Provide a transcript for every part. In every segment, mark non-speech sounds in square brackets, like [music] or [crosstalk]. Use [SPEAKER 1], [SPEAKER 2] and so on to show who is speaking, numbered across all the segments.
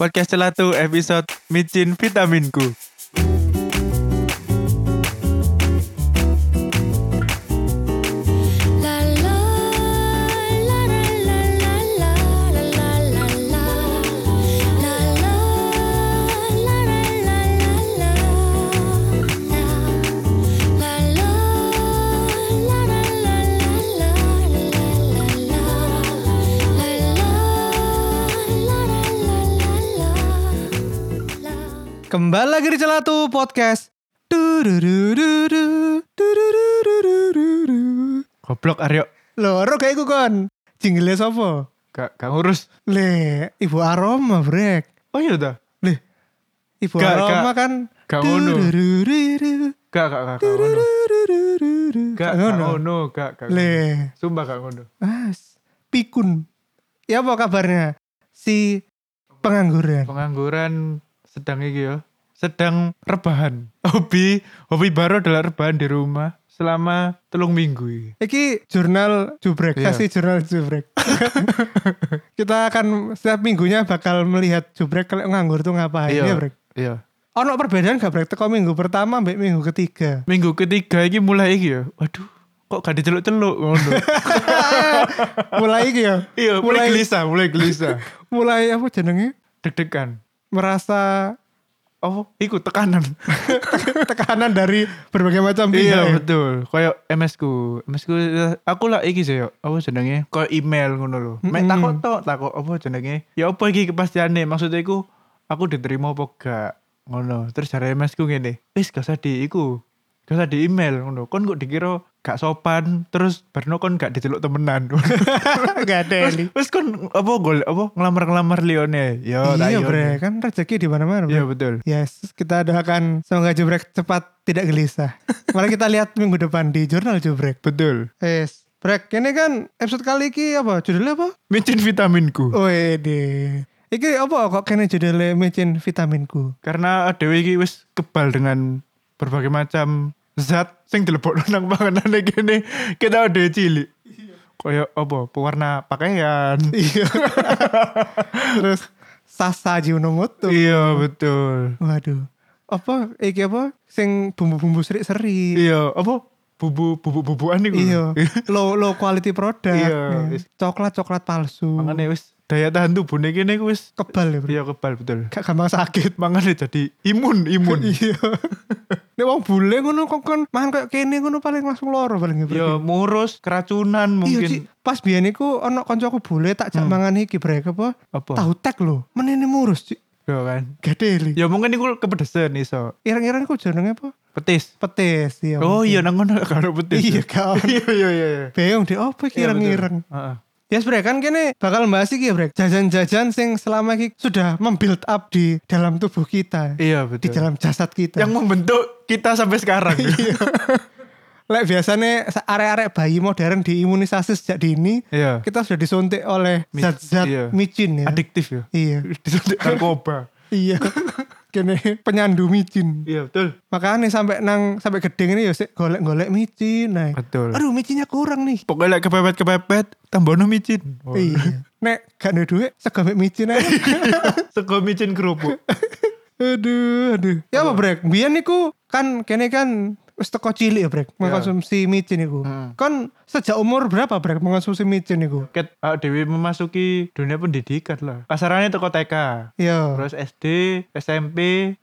[SPEAKER 1] Podcast Celatu episode Micin Vitaminku.
[SPEAKER 2] La la la la la la la la la la la. La la la la la la la la. La la la la la la la la la la. La la la la la la la.
[SPEAKER 1] Kembali lagi di Celatu Podcast. Dururururu, dururururu. Goblok Aryo.
[SPEAKER 3] Loro kayak iku kon. Jingle sapa?
[SPEAKER 1] Gak, gak ngurus.
[SPEAKER 3] Le, Ibu Aroma, Brek.
[SPEAKER 1] Oh iya dah.
[SPEAKER 3] Le. Ibu
[SPEAKER 1] Gak,
[SPEAKER 3] Aroma
[SPEAKER 1] gak.
[SPEAKER 3] kan
[SPEAKER 1] Gak ngono.
[SPEAKER 3] Dururururu,
[SPEAKER 1] Gak, gak, gak, gak ngono.
[SPEAKER 3] dururururu.
[SPEAKER 1] Gak, gak ngono, gak, gak ngono.
[SPEAKER 3] Le,
[SPEAKER 1] Sumpah gak ngono.
[SPEAKER 3] Mas, pikun. Ya apa kabarnya? Si pengangguran.
[SPEAKER 1] Pengangguran sedang iki ya. Sedang rebahan. [laughs] Hobi, hobi baru adalah rebahan di rumah selama telung minggu iki.
[SPEAKER 3] Iki jurnal Jubrek,
[SPEAKER 1] Iya.
[SPEAKER 3] kasih jurnal Jubrek. [laughs] Kita akan setiap minggunya bakal melihat Jubrek kalau nganggur tuh ngapain ya, Brek.
[SPEAKER 1] Iya.
[SPEAKER 3] Ono perbedaan gak Brek teko minggu pertama mbek minggu ketiga?
[SPEAKER 1] Minggu ketiga iki mulai iki ya. Waduh, kok gak diceluk-celuk ngono.
[SPEAKER 3] mulai iki ya
[SPEAKER 1] [laughs] Iya, mulai gelisah, mulai gelisah.
[SPEAKER 3] mulai apa jenenge
[SPEAKER 1] [laughs] Deg-degan.
[SPEAKER 3] merasa [laughs]
[SPEAKER 1] Oh, iku tekanan.
[SPEAKER 3] tekanan dari berbagai macam
[SPEAKER 1] iya,
[SPEAKER 3] pihak ya?
[SPEAKER 1] betul. Kayak MS ku. MS ku aku lah iki sih yo. Apa jenenge? Kayak email ngono lho. Mek
[SPEAKER 3] Mm-mm.
[SPEAKER 1] takok tok, takok apa jenenge? Ya apa iki kepastiane? Maksudnya iku aku diterima apa gak? Ngono. Terus dari MS ku ngene. Wis gak usah di iku. Gak usah di email ngono. Kon kok dikira gak sopan, terus barno kon gak diceluk temenan. [laughs]
[SPEAKER 3] gak ada Eli.
[SPEAKER 1] Wes kon apa gol apa ngelamar-ngelamar Lione. Yo, Oh, tak
[SPEAKER 3] iya
[SPEAKER 1] yo.
[SPEAKER 3] bre kan rezeki di mana mana
[SPEAKER 1] Iya betul.
[SPEAKER 3] yes kita doakan semoga jubrek cepat tidak gelisah mari kita lihat minggu depan di jurnal jubrek
[SPEAKER 1] Betul.
[SPEAKER 3] yes brek ini kan episode kali ini apa judulnya apa
[SPEAKER 1] Micin vitaminku.
[SPEAKER 3] wede Iki apa kok kene judulnya micin vitaminku
[SPEAKER 1] Karena Dewi iki wis kebal dengan berbagai macam zat sing dilebokno nang panganan kene. Kita udah cilik. Kayak apa? Pewarna pakaian.
[SPEAKER 3] [laughs] iya terus sasaji unomoto
[SPEAKER 1] iya, betul.
[SPEAKER 3] Waduh. Apa iki apa sing bumbu-bumbu seri-seri.
[SPEAKER 1] Iya, apa? Bubu bubu bubuan iku. [laughs]
[SPEAKER 3] Iya. Low low quality product.
[SPEAKER 1] Iya.
[SPEAKER 3] Ya. Coklat-coklat palsu.
[SPEAKER 1] Makane wis daya tahan tubuhne kene iku wis
[SPEAKER 3] kebal ya, Bro.
[SPEAKER 1] iya kebal betul.
[SPEAKER 3] Gak gampang sakit.
[SPEAKER 1] Makane jadi imun, imun.
[SPEAKER 3] [laughs] Iya. Nek wong bule ngono kok kon mangan kayak kene ngono paling langsung loro paling Bro.
[SPEAKER 1] Ya murus, keracunan
[SPEAKER 3] Iya,
[SPEAKER 1] mungkin. Hmm.
[SPEAKER 3] Ci. pas biyen iku ana kancaku bule tak jak mangan iki brek apa?
[SPEAKER 1] Apa?
[SPEAKER 3] Tahu tek lho. Menene murus, Cik.
[SPEAKER 1] Ya kan.
[SPEAKER 3] Gadeli.
[SPEAKER 1] Ya mungkin iku kepedesan iso.
[SPEAKER 3] Ireng-ireng ku jenenge apa?
[SPEAKER 1] Petis.
[SPEAKER 3] Petis ya.
[SPEAKER 1] Oh iya nang ngono [laughs] karo petis.
[SPEAKER 3] Iya, kan.
[SPEAKER 1] [laughs] Iya iya iya. iya.
[SPEAKER 3] Beong deh, apa iki
[SPEAKER 1] Iya, betul.
[SPEAKER 3] ireng-ireng?
[SPEAKER 1] Heeh.
[SPEAKER 3] Yes Brek, kan kini bakal bahas iki ya Brek Jajan-jajan sing selama ini sudah membuild up di dalam tubuh kita
[SPEAKER 1] Iya betul.
[SPEAKER 3] Di dalam jasad kita
[SPEAKER 1] Yang membentuk kita sampai [laughs] sekarang.
[SPEAKER 3] Lek biasanya se- arek-arek bayi modern diimunisasi sejak dini
[SPEAKER 1] Iya.
[SPEAKER 3] Kita sudah disuntik oleh
[SPEAKER 1] Mi-
[SPEAKER 3] zat-zat
[SPEAKER 1] iya.
[SPEAKER 3] micin ya
[SPEAKER 1] Adiktif ya.
[SPEAKER 3] Iya
[SPEAKER 1] [laughs] Disuntik narkoba.
[SPEAKER 3] Iya [laughs] Kini penyandu micin
[SPEAKER 1] Iya betul.
[SPEAKER 3] Makanya sampai nang sampai gedeng ini ya sik golek-golek micin nah.
[SPEAKER 1] Betul.
[SPEAKER 3] Aduh micinnya kurang nih
[SPEAKER 1] Pokoknya like kepepet-kepepet tambahno micin. Oh.
[SPEAKER 3] Iya Nek gak ada duit sego mek micin aja
[SPEAKER 1] [laughs] Sego micin kerupuk.
[SPEAKER 3] aduh aduh ya apa brek biar niku kan kene kan wis teko cilik ya
[SPEAKER 1] Iya.
[SPEAKER 3] brek mengkonsumsi micin niku
[SPEAKER 1] Hmm.
[SPEAKER 3] kan sejak umur berapa brek mengkonsumsi micin niku
[SPEAKER 1] [laughs] Ket ah, Dewi memasuki dunia pendidikan lah. Kasarannya teko TK.
[SPEAKER 3] ya
[SPEAKER 1] Terus SD, SMP,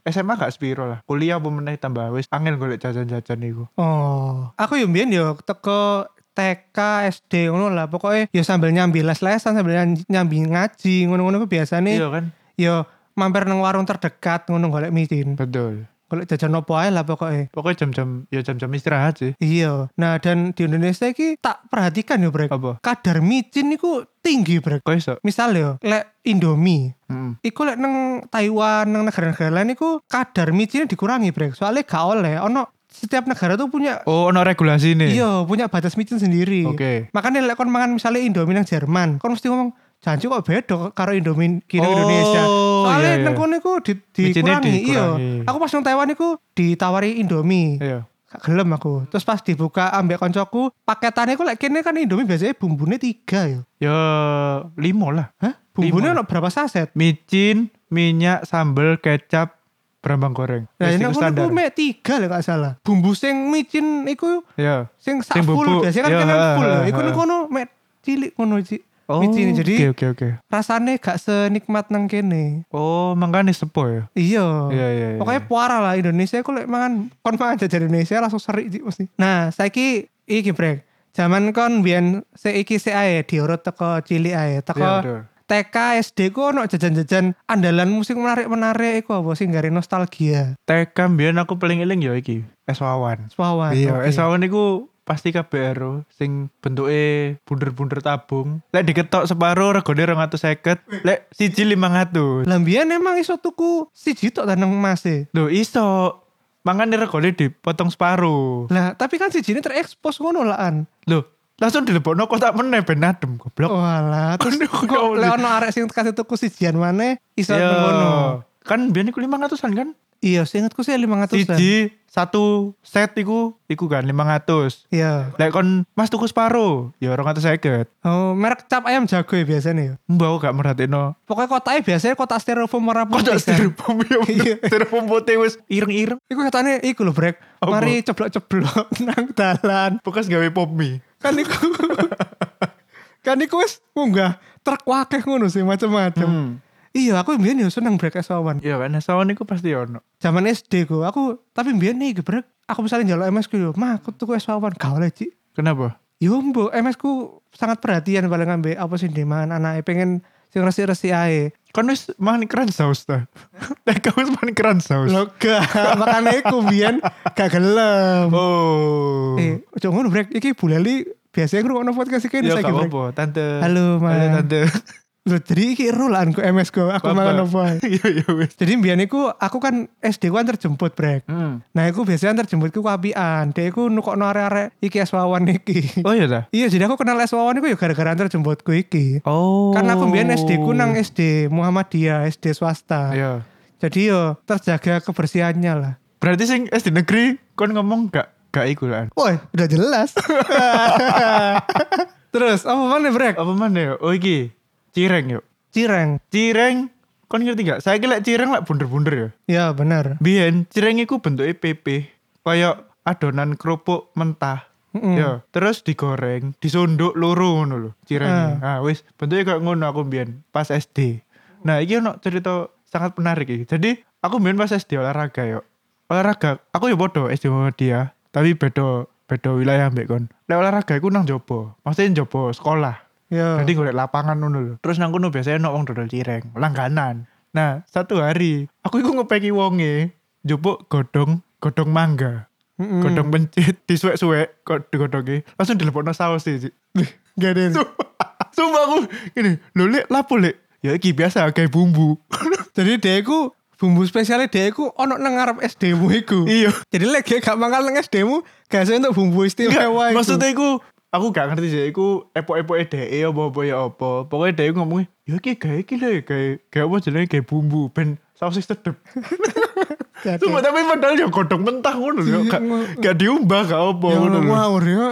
[SPEAKER 1] SMA gak sepiro lah. Kuliah apa meneh tambah wis angin golek jajan-jajan iku.
[SPEAKER 3] oh aku yang biyen yo teko TK SD ngono lah pokoknya yo sambil nyambi les-lesan sambil nyan- nyambi ngaji ngono-ngono ku biasane
[SPEAKER 1] Iya kan?
[SPEAKER 3] yo mampir nang warung terdekat ngono golek micin
[SPEAKER 1] Betul.
[SPEAKER 3] golek jajan opo ae lah pokoknya
[SPEAKER 1] Pokoknya jam-jam ya jam-jam istirahat sih.
[SPEAKER 3] Iya, nah dan di Indonesia iki tak perhatikan yo brek.
[SPEAKER 1] Apa?
[SPEAKER 3] Kadar micin niku tinggi brek.
[SPEAKER 1] Kok iso?
[SPEAKER 3] Misal yo, lek Indomie,
[SPEAKER 1] Heeh.
[SPEAKER 3] iku lek neng Taiwan, neng negara-negara lain iku kadar micinnya dikurangi brek. Soalnya gak oleh, ono setiap negara tuh punya
[SPEAKER 1] Oh, ono regulasi nih.
[SPEAKER 3] iya punya batas micin sendiri.
[SPEAKER 1] Oke.
[SPEAKER 3] Makanya lek kon mangan misalnya Indomie nang Jerman, kon mesti ngomong janji kok beda karo Indomie kini
[SPEAKER 1] Oh,
[SPEAKER 3] Indonesia. Soalnya
[SPEAKER 1] iya, iya.
[SPEAKER 3] neng kono iku di,
[SPEAKER 1] Micinnya
[SPEAKER 3] dikurangi. Iya.
[SPEAKER 1] dikurangi.
[SPEAKER 3] Aku pas nang Taiwan iku ditawari Indomie.
[SPEAKER 1] Iya.
[SPEAKER 3] Gak gelem aku. Terus pas dibuka ambek koncoku, paketannya iku lek kene kan Indomie biasanya bumbunya tiga ya.
[SPEAKER 1] Ya limo lah.
[SPEAKER 3] Hah? Bumbunya ono berapa saset?
[SPEAKER 1] Micin, minyak, sambel, kecap, berambang goreng. Wis,
[SPEAKER 3] Nah, ini
[SPEAKER 1] iku
[SPEAKER 3] aku aku mek tiga lah gak salah. Bumbu sing micin iku
[SPEAKER 1] Ya.
[SPEAKER 3] sing sak
[SPEAKER 1] Sing
[SPEAKER 3] full
[SPEAKER 1] bubuk.
[SPEAKER 3] biasanya kan
[SPEAKER 1] Yo,
[SPEAKER 3] kena
[SPEAKER 1] ha,
[SPEAKER 3] full.
[SPEAKER 1] ha,
[SPEAKER 3] Iku
[SPEAKER 1] ha. Oh,
[SPEAKER 3] nih kono mek cilik ngono Ci. Oh, micin jadi
[SPEAKER 1] Oke, oke, oke.
[SPEAKER 3] rasanya gak senikmat nang kene.
[SPEAKER 1] Oh, makanya sepo ya.
[SPEAKER 3] Iya.
[SPEAKER 1] Iya, iya, iya.
[SPEAKER 3] Pokoknya puara lah Indonesia aku lek mangan kon mangan jajan Indonesia langsung seri Ci, mesti. Nah, saiki iki brek. Zaman kon biyen seiki sik ae diurut teko cilik ae,
[SPEAKER 1] Iya,
[SPEAKER 3] teko
[SPEAKER 1] betul.
[SPEAKER 3] TK SD ku ono jajan-jajan andalan musik menarik-menarik iku apa sing gawe nostalgia.
[SPEAKER 1] TK mbiyen aku paling eling ya iki, es wawan.
[SPEAKER 3] Suawan.
[SPEAKER 1] Iya,
[SPEAKER 3] oke.
[SPEAKER 1] es wawan iku pasti KBRO sing bentuke bunder-bunder tabung. Lek diketok separo regane 250, lek siji 500.
[SPEAKER 3] Lambian emang iso tuku siji tok tanang emas e.
[SPEAKER 1] Lho iso. Mangane regane dipotong separo.
[SPEAKER 3] Lah, tapi kan siji ini terekspos ngono laan.
[SPEAKER 1] Loh, langsung dilebokno kotak meneh ben adem goblok.
[SPEAKER 3] Walah, terus
[SPEAKER 1] Aduh, ya
[SPEAKER 3] kok
[SPEAKER 1] Allah.
[SPEAKER 3] lek ono arek sing kasih tuku sijian maneh iso
[SPEAKER 1] Iya.
[SPEAKER 3] nang ngono.
[SPEAKER 1] Kan biyen iku 500-an kan?
[SPEAKER 3] Iya, seingetku sih 500-an.
[SPEAKER 1] Siji satu set iku iku kan 500.
[SPEAKER 3] Iya.
[SPEAKER 1] Lek kon Mas tuku separo, ya 250.
[SPEAKER 3] Oh, merek cap ayam jago ya biasanya ya.
[SPEAKER 1] Mbak aku gak merhatiin
[SPEAKER 3] Pokoknya kotanya biasanya kotak styrofoam warna
[SPEAKER 1] Kocok
[SPEAKER 3] putih. kan.
[SPEAKER 1] styrofoam ya
[SPEAKER 3] Iya.
[SPEAKER 1] Styrofoam putih wis ireng-ireng
[SPEAKER 3] Iku katanya iku lho brek.
[SPEAKER 1] Apa?
[SPEAKER 3] Mari ceblok-ceblok [laughs] nang dalan.
[SPEAKER 1] bekas gawe pop mie.
[SPEAKER 3] Kan iku [laughs] Kan iku wis munggah truk wakeh ngono sih macam-macam.
[SPEAKER 1] Hmm.
[SPEAKER 3] Iya, aku mbiyen yo seneng brek esawan.
[SPEAKER 1] Iya kan sawan iku pasti ono.
[SPEAKER 3] zaman SD ku aku tapi mbiyen nih gebrek aku misalnya njaluk MS ku yo mah aku tuku es wawan gak oleh Ci."
[SPEAKER 1] Kenapa?
[SPEAKER 3] yo mbok MS ku sangat perhatian paling ngambil apa sih dimangan anake pengen sing resi-resi ae
[SPEAKER 1] Kon wis makan keran saus ta. [laughs] Nek kau wis makan keran saus.
[SPEAKER 3] lho gak [laughs] makane ku mbiyen gak gelem
[SPEAKER 1] Oh.
[SPEAKER 3] eh ojo ngono brek iki bulali biasanya aku ngono podcast iki
[SPEAKER 1] Ya
[SPEAKER 3] saiki
[SPEAKER 1] gak
[SPEAKER 3] brek
[SPEAKER 1] apa-apa, tante.
[SPEAKER 3] Halo, Ma.
[SPEAKER 1] Halo tante.
[SPEAKER 3] lho jadi iki rulan ku MS ku aku mangan opo ae.
[SPEAKER 1] [laughs] Iya iya wis.
[SPEAKER 3] jadi mbiyen iku aku kan SD ku antar jemput brek
[SPEAKER 1] Hmm.
[SPEAKER 3] nah aku biasanya antar jemput ku apian dia iku nukokno arek-arek iki es wawan
[SPEAKER 1] [laughs]
[SPEAKER 3] iki
[SPEAKER 1] Oh iya ta.
[SPEAKER 3] Iya, jadi aku kenal S Wawan itu ya gara-gara antar jemputku iki.
[SPEAKER 1] Oh.
[SPEAKER 3] Karena aku mbiyen SD ku nang SD Muhammadiyah, SD
[SPEAKER 1] Ah,
[SPEAKER 3] swasta.
[SPEAKER 1] Iya.
[SPEAKER 3] Jadi yo terjaga kebersihannya lah.
[SPEAKER 1] Berarti sing SD negeri kon ngomong gak gak iku lah.
[SPEAKER 3] Woi, udah
[SPEAKER 1] [laughs]
[SPEAKER 3] jelas. Terus apa mana brek?
[SPEAKER 1] Apa mana ya? Oh iki cireng yuk.
[SPEAKER 3] Cireng.
[SPEAKER 1] Cireng kon ngerti gak? Saya kira cireng lek bunder-bunder ya.
[SPEAKER 3] Ya, benar.
[SPEAKER 1] Biyen cireng iku bentuke PP, koyo adonan kerupuk mentah.
[SPEAKER 3] Mm-mm.
[SPEAKER 1] Ya, terus digoreng, disunduk loro ngono lho cirengnya. Ah, wis bentuke koyo ngono aku biyen pas SD. Nah, iki ono cerita sangat menarik iki. Jadi, aku biyen pas SD olahraga yo. Olahraga, aku yo podo SD Muhammadiyah, tapi beda beda wilayah mbek kon. Lek olahraga iku nang jopo, maksudnya jopo sekolah.
[SPEAKER 3] Ya.
[SPEAKER 1] Jadi golek lapangan ngono lho. Terus nang kono biasanya ono wong dodol cireng, langganan. Nah, satu hari aku iku ngopeki wonge njupuk godhong godhong mangga.
[SPEAKER 3] Mm-mm.
[SPEAKER 1] Godhong pencit [laughs] disuwek-suwek kok digodhongi. Langsung dilebokno saus sih.
[SPEAKER 3] Gak ada. yang-
[SPEAKER 1] [laughs] Sumpah aku gini, lho lek lapo lek? Ya iki biasa kayak bumbu. [laughs]
[SPEAKER 3] Jadi dia iku bumbu spesialnya dia iku ono nang ngarep SD mu iku.
[SPEAKER 1] iya.
[SPEAKER 3] Jadi lek gak mangan nang SD mu, gak usah untuk bumbu istimewa
[SPEAKER 1] Enggak,
[SPEAKER 3] iku.
[SPEAKER 1] maksudnya iku aku gak ngerti sih iku epok-epoke dhek apa-apa ya apa. Pokoke dhek ngomongnya ya iki gawe iki lho, gawe gawe apa jenenge gawe bumbu ben sausis sedep.
[SPEAKER 3] Gak ada.
[SPEAKER 1] Cuma tapi padahal ya godhong mentah ngono lho,
[SPEAKER 3] Iya,
[SPEAKER 1] gak
[SPEAKER 3] ngono.
[SPEAKER 1] gak diumbah gak apa
[SPEAKER 3] Ya
[SPEAKER 1] ngono
[SPEAKER 3] Allah,
[SPEAKER 1] lho.
[SPEAKER 3] ngawur ya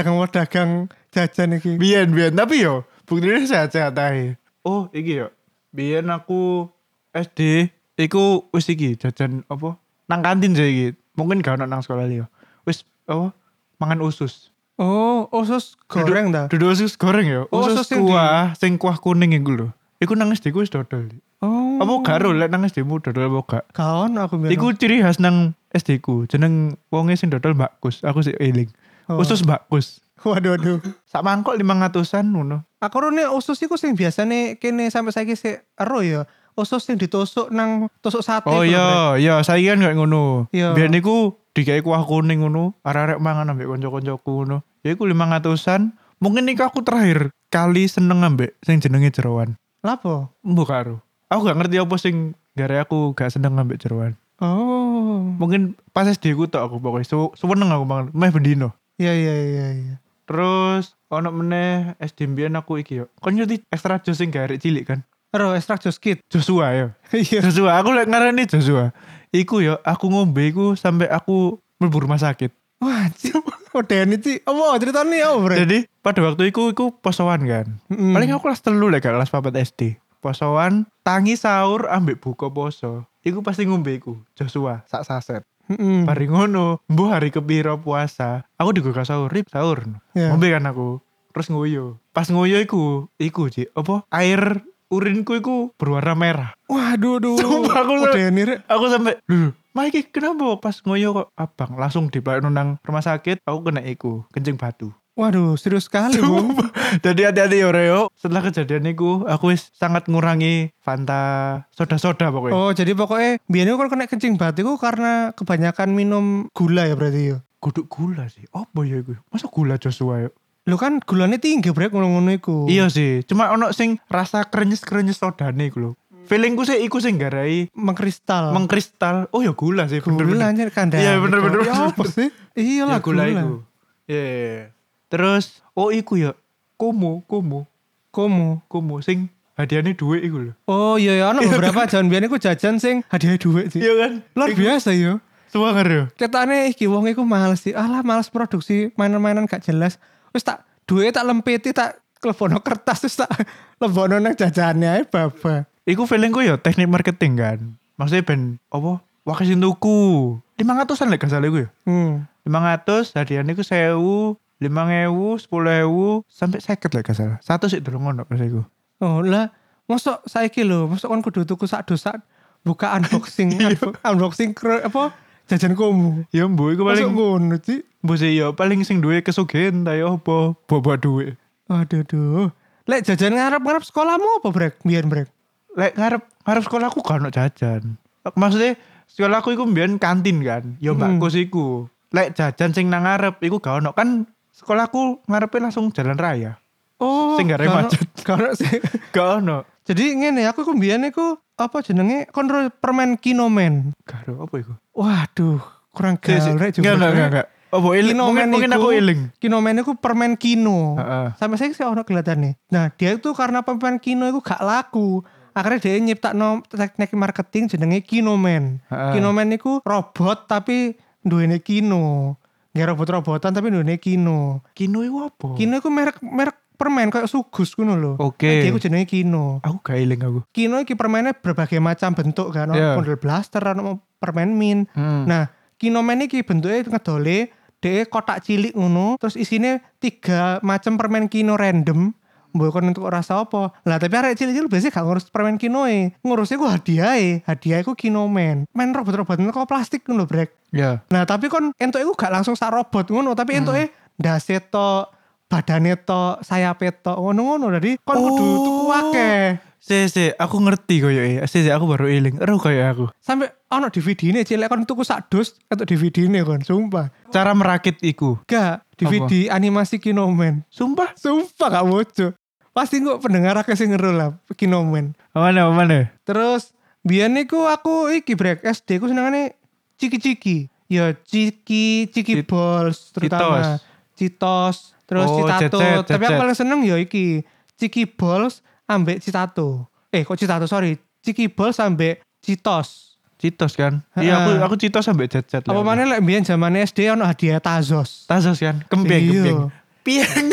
[SPEAKER 3] pedagang-pedagang jajan iki.
[SPEAKER 1] Biyen biyen tapi yo buktine sehat-sehat ae. Oh, iki yo. Biyen aku SD iku wis iki jajan apa? Nang kantin sih iki. Mungkin gak ono nang sekolah liya. Wis apa? Mangan usus.
[SPEAKER 3] Oh, usus goreng dah.
[SPEAKER 1] Duduk usus goreng ya.
[SPEAKER 3] Oh,
[SPEAKER 1] Usus,
[SPEAKER 3] usus yang
[SPEAKER 1] kuah, sing kuah kuning iku lho. Iku nang SD ku wis dodol.
[SPEAKER 3] Oh,
[SPEAKER 1] Apa gak Rul? lek nang SD mu dodol apa gak?
[SPEAKER 3] kawan aku bilang.
[SPEAKER 1] Iku ciri khas nang SD ku. Jeneng wonge sing dodol Mbak Kus. Aku sih eling.
[SPEAKER 3] Oh.
[SPEAKER 1] Usus Mbak Kus.
[SPEAKER 3] Waduh, waduh.
[SPEAKER 1] Sak mangkok 500-an ngono.
[SPEAKER 3] Aku rone usus iku sing biasane kene sampai saiki sik ero ya. Usus sing ditusuk nang tusuk sate.
[SPEAKER 1] Oh
[SPEAKER 3] iku lho, Bre.
[SPEAKER 1] iya, iya saya kan gak ngono.
[SPEAKER 3] Iya.
[SPEAKER 1] Biar niku dikai kuah kuning ngono, arek-arek mangan ambek kanca-kancaku ngono. Ya iku 500-an. Mungkin niku aku terakhir kali seneng ambek sing jenenge jeroan.
[SPEAKER 3] Lapo?
[SPEAKER 1] Mbok karo. Aku gak ngerti apa sing gara aku gak seneng ambek jeroan.
[SPEAKER 3] Oh.
[SPEAKER 1] Mungkin pas SD ku tok aku pokoknya su seneng aku mangan meh bendino.
[SPEAKER 3] Iya iya iya iya.
[SPEAKER 1] Terus ono meneh SD mbiyen aku iki yo. Kon ngerti ekstra jus sing garek cilik kan?
[SPEAKER 3] Ero ekstrak jus kit.
[SPEAKER 1] Joshua yo.
[SPEAKER 3] Iya.
[SPEAKER 1] Joshua, aku lek ngarani Joshua. Iku yo aku ngombe iku sampai aku mlebu rumah sakit.
[SPEAKER 3] Wah, cip.
[SPEAKER 1] [laughs]
[SPEAKER 3] Oh, Deni Ci. Apa ceritane apa, Bre?
[SPEAKER 1] Jadi pada waktu itu iku posoan kan.
[SPEAKER 3] Mm-mm.
[SPEAKER 1] Paling aku kelas telu lek gak kelas 4 SD. posoan tangi sahur ambek buka poso iku pasti ngombe iku Joshua sak saset
[SPEAKER 3] Mm-mm.
[SPEAKER 1] Bari ngono, mbuh hari kepiro puasa, aku digugah sahur, rip sahur.
[SPEAKER 3] Ya.
[SPEAKER 1] Ngombe kan aku. Terus nguyu. Pas nguyu iku, iku Ji, apa? Air urinku iku berwarna merah.
[SPEAKER 3] Waduh, duh.
[SPEAKER 1] Sumpah, aku
[SPEAKER 3] udah ini Rek.
[SPEAKER 1] Aku sampai, "Lho, Mah iki kenapa pas nguyu kok abang langsung dibawa nang rumah sakit, aku kena iku, kencing batu. [laughs]
[SPEAKER 3] Waduh, serius sekali, Bu.
[SPEAKER 1] Jadi hati-hati yo Reo. Setelah kejadian iku, aku wis sangat ngurangi Fanta, soda-soda pokoknya.
[SPEAKER 3] Oh, jadi pokoknya biasanya kalau kena kencing batu itu karena kebanyakan minum gula ya berarti ya.
[SPEAKER 1] Guduk gula sih. Apa ya iku? Masa gula Joshua yo?
[SPEAKER 3] Lu kan gulanya tinggi brek ngono-ngono iku.
[SPEAKER 1] Iya sih, cuma ono sing rasa krenyes-krenyes sodane iku lho. Feelingku sih iku sing garai
[SPEAKER 3] mengkristal.
[SPEAKER 1] mengkristal. Hmm. Oh ya gula sih
[SPEAKER 3] gula
[SPEAKER 1] bener-bener.
[SPEAKER 3] anjir kandang.
[SPEAKER 1] Iya, bener, bener,
[SPEAKER 3] Ya
[SPEAKER 1] bener.
[SPEAKER 3] apa sih? Iya
[SPEAKER 1] Ya
[SPEAKER 3] lah
[SPEAKER 1] gula
[SPEAKER 3] gula.
[SPEAKER 1] iku. Iya. iya, iya. Terus oh iku ya kumu, kumu,
[SPEAKER 3] Komo.
[SPEAKER 1] kumu sing hadiahnya duit iku lho.
[SPEAKER 3] Oh iya ya,
[SPEAKER 1] [laughs]
[SPEAKER 3] ana beberapa jajan biyen iku jajan sing hadiah duit sih.
[SPEAKER 1] Iya kan?
[SPEAKER 3] Luar biasa ya.
[SPEAKER 1] Suwanger ya.
[SPEAKER 3] Ketane iki wong iku males sih. Alah males produksi mainan-mainan gak jelas. Wis tak duwe tak lempiti tak klebono kertas terus tak [laughs] lebono nang jajane ae baba.
[SPEAKER 1] Iku feelingku ya teknik marketing kan. Maksudnya ben apa? Wakil tuku. 500-an lek gak salah iku ya.
[SPEAKER 3] Hmm.
[SPEAKER 1] 500 hadiah niku 1000, 5000, 10000 sampai 50 lek gak salah. Satu sih durung ono pas iku.
[SPEAKER 3] Oh lah, mosok saiki lho, mosok kon kudu tuku sak dosak buka
[SPEAKER 1] [laughs]
[SPEAKER 3] unboxing
[SPEAKER 1] Iya.
[SPEAKER 3] unbo- unboxing kro- apa jajan komu.
[SPEAKER 1] Ya mbu iku
[SPEAKER 3] Mosok
[SPEAKER 1] paling
[SPEAKER 3] ngono sih.
[SPEAKER 1] mbu sih ya paling sing duwe kesugihan ta ya apa bawa duwe.
[SPEAKER 3] Aduh duh. Lek jajan ngarep-ngarep sekolahmu apa brek? Biyen brek.
[SPEAKER 1] Lek ngarep ngarep sekolahku gak ono jajan. Maksudnya sekolahku iku mbiyen kantin kan. Ya mbakku sih iku. Lek jajan sing nang ngarep iku gak ono kan sekolahku ngarepe langsung jalan raya.
[SPEAKER 3] Oh,
[SPEAKER 1] Sing gak ada
[SPEAKER 3] karo-
[SPEAKER 1] [laughs] macet.
[SPEAKER 3] karo sing-
[SPEAKER 1] Gak ono.
[SPEAKER 3] [laughs] Jadi ngene aku ku mbiyen iku apa jenenge kontrol permen kinomen.
[SPEAKER 1] Gak ono apa iku?
[SPEAKER 3] Waduh, kurang
[SPEAKER 1] Si- si-
[SPEAKER 3] galrek juga.
[SPEAKER 1] Enggak enggak enggak, enggak. Apa iling? Mungkin, mungkin aku iling.
[SPEAKER 3] Kinomen iku permen kino.
[SPEAKER 1] Heeh.
[SPEAKER 3] Sampai saya sih ono kelihatannya. Nah, dia itu karena permen kino itu gak laku. Akhirnya dia nyiptakno teknik marketing jenenge kinomen.
[SPEAKER 1] Heeh.
[SPEAKER 3] Kinomen itu robot tapi duwene kino. Nggak robot-robotan tapi duwene kino.
[SPEAKER 1] Kino iku apa?
[SPEAKER 3] Oh. Kino itu merek merek permen kayak Sugus kuno loh.
[SPEAKER 1] Oke.
[SPEAKER 3] Dia itu jenenge kino.
[SPEAKER 1] Aku gak iling aku.
[SPEAKER 3] Kino iki permennya berbagai macam bentuk kan, ono
[SPEAKER 1] Iya.
[SPEAKER 3] kondel blaster, ono permen min.
[SPEAKER 1] Hmm.
[SPEAKER 3] Nah, kinomen iki bentuknya ngedole, deh kotak cilik ngono, terus isinya tiga macam permen kino random. Mbok kon untuk rasa apa? Lah tapi arek cilik-cilik biasanya gak ngurus permen kinoe, ngurusnya e. ku hadiahe, hadiahe ku kinomen. Main robot-robotan kok plastik ngono, Brek.
[SPEAKER 1] Ya.
[SPEAKER 3] Nah, tapi kon entuke ku gak langsung sak robot ngono, tapi entuke ndase tok, badane tok, sayape tok ngono-ngono. Jadi kon kudu
[SPEAKER 1] Oh.
[SPEAKER 3] tuku akeh.
[SPEAKER 1] Si, si, aku ngerti koyo e. Si, si, aku baru iling. Eruh koyo aku.
[SPEAKER 3] sampai ono DVD ini cilik kon tuku sak dus atau DVD ini kon sumpah
[SPEAKER 1] Cara merakit iku.
[SPEAKER 3] gak DVD animasi Kinoman
[SPEAKER 1] Sumpah.
[SPEAKER 3] sumpah gak wojo pasti kok pendengar akeh sing ngeru lah Kinoman
[SPEAKER 1] Mana, mana?
[SPEAKER 3] terus biyen niku aku iki break SD ku senengane ciki-ciki ya ciki ciki
[SPEAKER 1] Cit-
[SPEAKER 3] balls terutama citos terus
[SPEAKER 1] Oh,
[SPEAKER 3] citato
[SPEAKER 1] cecet,
[SPEAKER 3] tapi aku
[SPEAKER 1] cecet.
[SPEAKER 3] paling seneng ya iki ciki balls ambek citato eh kok citato sorry ciki balls ambek citos
[SPEAKER 1] Citos kan? Iya, aku
[SPEAKER 3] Heeh.
[SPEAKER 1] aku citos sampai cacat
[SPEAKER 3] Apa mana lek mbiyen zamane SD ono hadiah
[SPEAKER 1] [laughs]
[SPEAKER 3] Tazos.
[SPEAKER 1] Tazos kan? Kempeng,
[SPEAKER 3] Iya.
[SPEAKER 1] kempeng. Pieng.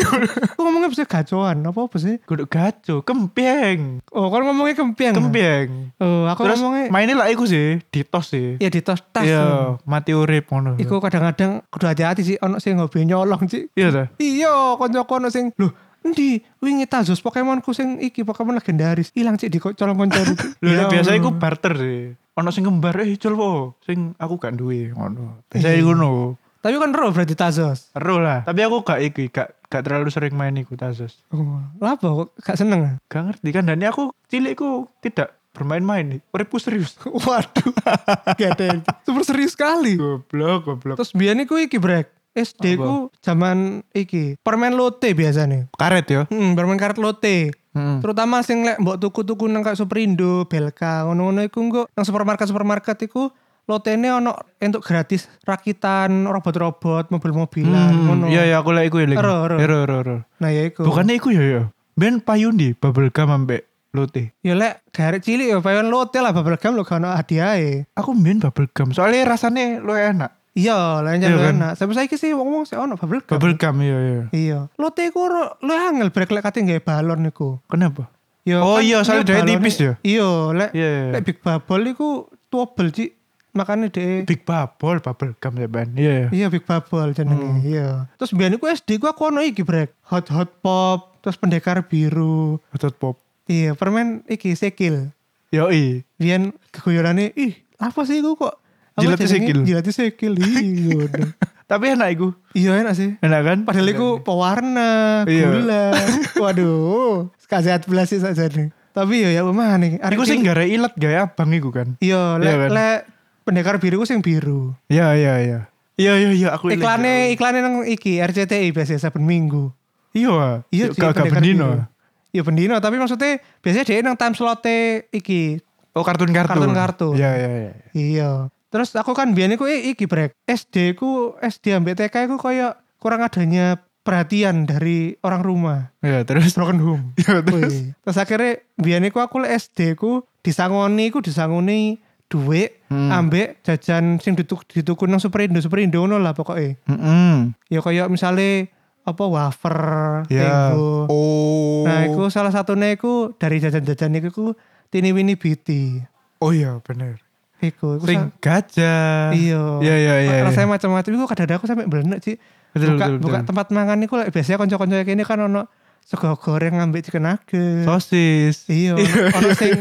[SPEAKER 3] Aku ngomongnya bisa gacoan, apa apa sih?
[SPEAKER 1] [laughs] Kudu gaco, kempeng.
[SPEAKER 3] Oh, kan ngomongnya kempiang.
[SPEAKER 1] Kempeng.
[SPEAKER 3] Oh, aku
[SPEAKER 1] Terus
[SPEAKER 3] ngomongnya
[SPEAKER 1] mainnya lah iku sih, ditos sih.
[SPEAKER 3] ya di tos tas.
[SPEAKER 1] Iya, mati urip ngono.
[SPEAKER 3] Iku kadang-kadang kudu hati-hati sih ono sing hobi nyolong sih.
[SPEAKER 1] Iya ta?
[SPEAKER 3] Iya, kanca-kanca ono sing lho Endi wingi Tazos Pokemonku sing iki Pokemon legendaris hilang cik di colong kanca
[SPEAKER 1] [laughs] Lho,
[SPEAKER 3] Ya
[SPEAKER 1] lek biasa iku barter sih. Ono sing kembar, eh cul po, sing aku gak duwe ngono. Biasa
[SPEAKER 3] Iya.
[SPEAKER 1] iku ngono.
[SPEAKER 3] Tapi kan ro berarti Tazos.
[SPEAKER 1] Seru lah. Tapi aku gak iki, gak gak terlalu sering main iku Tazos.
[SPEAKER 3] Oh, lapo kok gak seneng. ah?
[SPEAKER 1] Gak ngerti kan dan aku cilikku tidak bermain-main. Uripku serius.
[SPEAKER 3] Waduh. [laughs] Gak ada yang- Super serius sekali.
[SPEAKER 1] Goblok, goblok.
[SPEAKER 3] Terus biyen iku iki brek. SD
[SPEAKER 1] Apa?
[SPEAKER 3] ku zaman iki permen lote biasanya.
[SPEAKER 1] Karet ya.
[SPEAKER 3] Hmm, permen karet lote.
[SPEAKER 1] Heeh.
[SPEAKER 3] Terutama sing lek mbok tuku-tuku nang kayak Superindo, Belka, ngono-ngono iku engko nang supermarket-supermarket iku lotene ono entuk gratis rakitan, robot-robot, mobil-mobilan, ngono.
[SPEAKER 1] Iya ya aku lagi iku eling.
[SPEAKER 3] Ero, ero.
[SPEAKER 1] Ero, ero, ero.
[SPEAKER 3] Nah, ya iku.
[SPEAKER 1] Bukannya iku ya ya. Ben payundi bubble gum ambek lote.
[SPEAKER 3] Ya lek garek cilik ya payon lote lah babel gam lo gak ono e. hadiahe.
[SPEAKER 1] Aku ben bubble gum. Soalnya rasanya lu enak.
[SPEAKER 3] Iya, lah
[SPEAKER 1] Iya
[SPEAKER 3] jan
[SPEAKER 1] kan?
[SPEAKER 3] enak. Sampai saiki sih wong-wong sih ono babel gam.
[SPEAKER 1] Bubble gum iya iya.
[SPEAKER 3] Iya. Lote iku ro- lu angel brek lek kate nggawe balon iku.
[SPEAKER 1] Kenapa?
[SPEAKER 3] Yo,
[SPEAKER 1] Oh
[SPEAKER 3] kan
[SPEAKER 1] iya, soalnya
[SPEAKER 3] ini
[SPEAKER 1] dheweke
[SPEAKER 3] balone-
[SPEAKER 1] tipis ya?
[SPEAKER 3] Iya, lek
[SPEAKER 1] Iya, iya.
[SPEAKER 3] lek Big Bubble iku tuobel Cik. Makane dheweke
[SPEAKER 1] Big Bubble, Bubble Gum ya Ben. Iya ya.
[SPEAKER 3] Iya Big Bubble jenenge.
[SPEAKER 1] Hmm.
[SPEAKER 3] Iya. Terus biyen iku SD ku aku ono iki brek. Hot Hot Pop, terus Pendekar Biru.
[SPEAKER 1] Otot pop.
[SPEAKER 3] Iya, permen iki Sekil.
[SPEAKER 1] Yoi. [laughs]
[SPEAKER 3] Biyen keguyonane ih, apa sih iku kok Apa
[SPEAKER 1] Jilate
[SPEAKER 3] jenenge?
[SPEAKER 1] Sekil.
[SPEAKER 3] Jilate Sekil. Iya. waduh.
[SPEAKER 1] Tapi enak iku.
[SPEAKER 3] Iya enak sih.
[SPEAKER 1] Enak kan?
[SPEAKER 3] Padahal iku pewarna,
[SPEAKER 1] Iya. [laughs]
[SPEAKER 3] gula. Waduh, sehat belas sih saja nih. Tapi ya ya mah nih.
[SPEAKER 1] iku sing gara ilet gaya abang iku kan. Iya
[SPEAKER 3] Iya, lek
[SPEAKER 1] kan?
[SPEAKER 3] lek pendekar biru ku sing biru.
[SPEAKER 1] Iya iya iya. Iya iya iya aku ilet.
[SPEAKER 3] Iklannya iklannya nang iki RCTI biasanya saben minggu.
[SPEAKER 1] Iya.
[SPEAKER 3] Iya, sih,
[SPEAKER 1] gak gak
[SPEAKER 3] pendekar biru.
[SPEAKER 1] bendino.
[SPEAKER 3] Iya pendino, tapi maksudnya biasanya dia nang time slotnya iki.
[SPEAKER 1] Oh kartun-kartun.
[SPEAKER 3] Kartun-kartun.
[SPEAKER 1] Iya iya iya.
[SPEAKER 3] Iya. Terus aku kan biyen iku eh, iki brek. SD ku SD ambek TK ku koyo kurang adanya perhatian dari orang rumah.
[SPEAKER 1] Iya terus.
[SPEAKER 3] Broken home.
[SPEAKER 1] Iya terus.
[SPEAKER 3] Wih. Terus akhirnya biyen iku aku lek SD ku disangoni ku disangoni duit
[SPEAKER 1] Hmm.
[SPEAKER 3] ambek jajan sing dituk dituku nang Superindo Superindo ngono lah pokoknya.
[SPEAKER 1] Heeh.
[SPEAKER 3] Ya kayak misalnya apa wafer,
[SPEAKER 1] Ya.
[SPEAKER 3] Lego.
[SPEAKER 1] Oh.
[SPEAKER 3] Nah, iku salah satunya iku dari jajan-jajan iku iku Tini Wini Beauty.
[SPEAKER 1] Oh iya bener.
[SPEAKER 3] Iku, iku
[SPEAKER 1] Sing
[SPEAKER 3] sa-
[SPEAKER 1] gajah.
[SPEAKER 3] Iya.
[SPEAKER 1] Iya iya iya.
[SPEAKER 3] Rasanya macam-macam iku kadang aku sampe blenek, Ci.
[SPEAKER 1] Betul,
[SPEAKER 3] buka,
[SPEAKER 1] betul,
[SPEAKER 3] buka
[SPEAKER 1] betul.
[SPEAKER 3] tempat mangan iku lek biasanya kanca-kanca kene kan ono sego goreng ambek chicken nugget.
[SPEAKER 1] sosis.
[SPEAKER 3] Iya, orang sing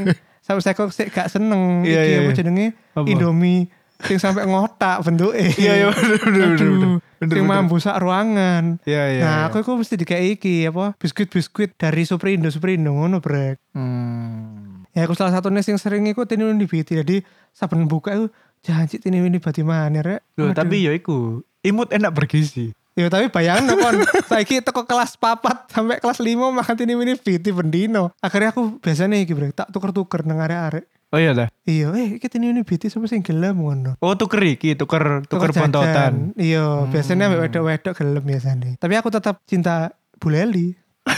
[SPEAKER 3] sampe saya kok sik gak seneng
[SPEAKER 1] Iya, iya,
[SPEAKER 3] iki apa
[SPEAKER 1] iya.
[SPEAKER 3] jenenge
[SPEAKER 1] Apa?
[SPEAKER 3] Indomie sing sampe ngotak bentuke.
[SPEAKER 1] Iya, iya, bener, bener, bener, bener.
[SPEAKER 3] Aduh,
[SPEAKER 1] Bener,
[SPEAKER 3] Sing
[SPEAKER 1] bener.
[SPEAKER 3] mambu sak ruangan.
[SPEAKER 1] Iya iya.
[SPEAKER 3] nah,
[SPEAKER 1] iya.
[SPEAKER 3] aku iku mesti dikai iki apa biskuit-biskuit dari Superindo Superindo ngono brek.
[SPEAKER 1] Hmm.
[SPEAKER 3] Ya aku salah satunya sing sering iku tinu di biti. Jadi saben buka iku janji tinu di bati mana rek.
[SPEAKER 1] Loh,
[SPEAKER 3] Aduh.
[SPEAKER 1] tapi ya iku imut enak bergizi.
[SPEAKER 3] Ya tapi bayangin kon, [laughs] saiki teko kelas papat sampai kelas lima makan tinu di biti bendino. Akhirnya aku biasanya iki brek tak tuker-tuker neng arek-arek.
[SPEAKER 1] Oh iya dah.
[SPEAKER 3] Iya, eh kita ini BT sama sing gelem ngono.
[SPEAKER 1] Oh tuker iki, tuker tuker,
[SPEAKER 3] jajan.
[SPEAKER 1] bontotan. Hmm.
[SPEAKER 3] Iya, biasanya ambek wedok-wedok gelem biasanya. Tapi aku tetap cinta Bu Leli.
[SPEAKER 1] [laughs]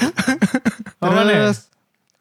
[SPEAKER 1] Oh, mana?
[SPEAKER 3] Terus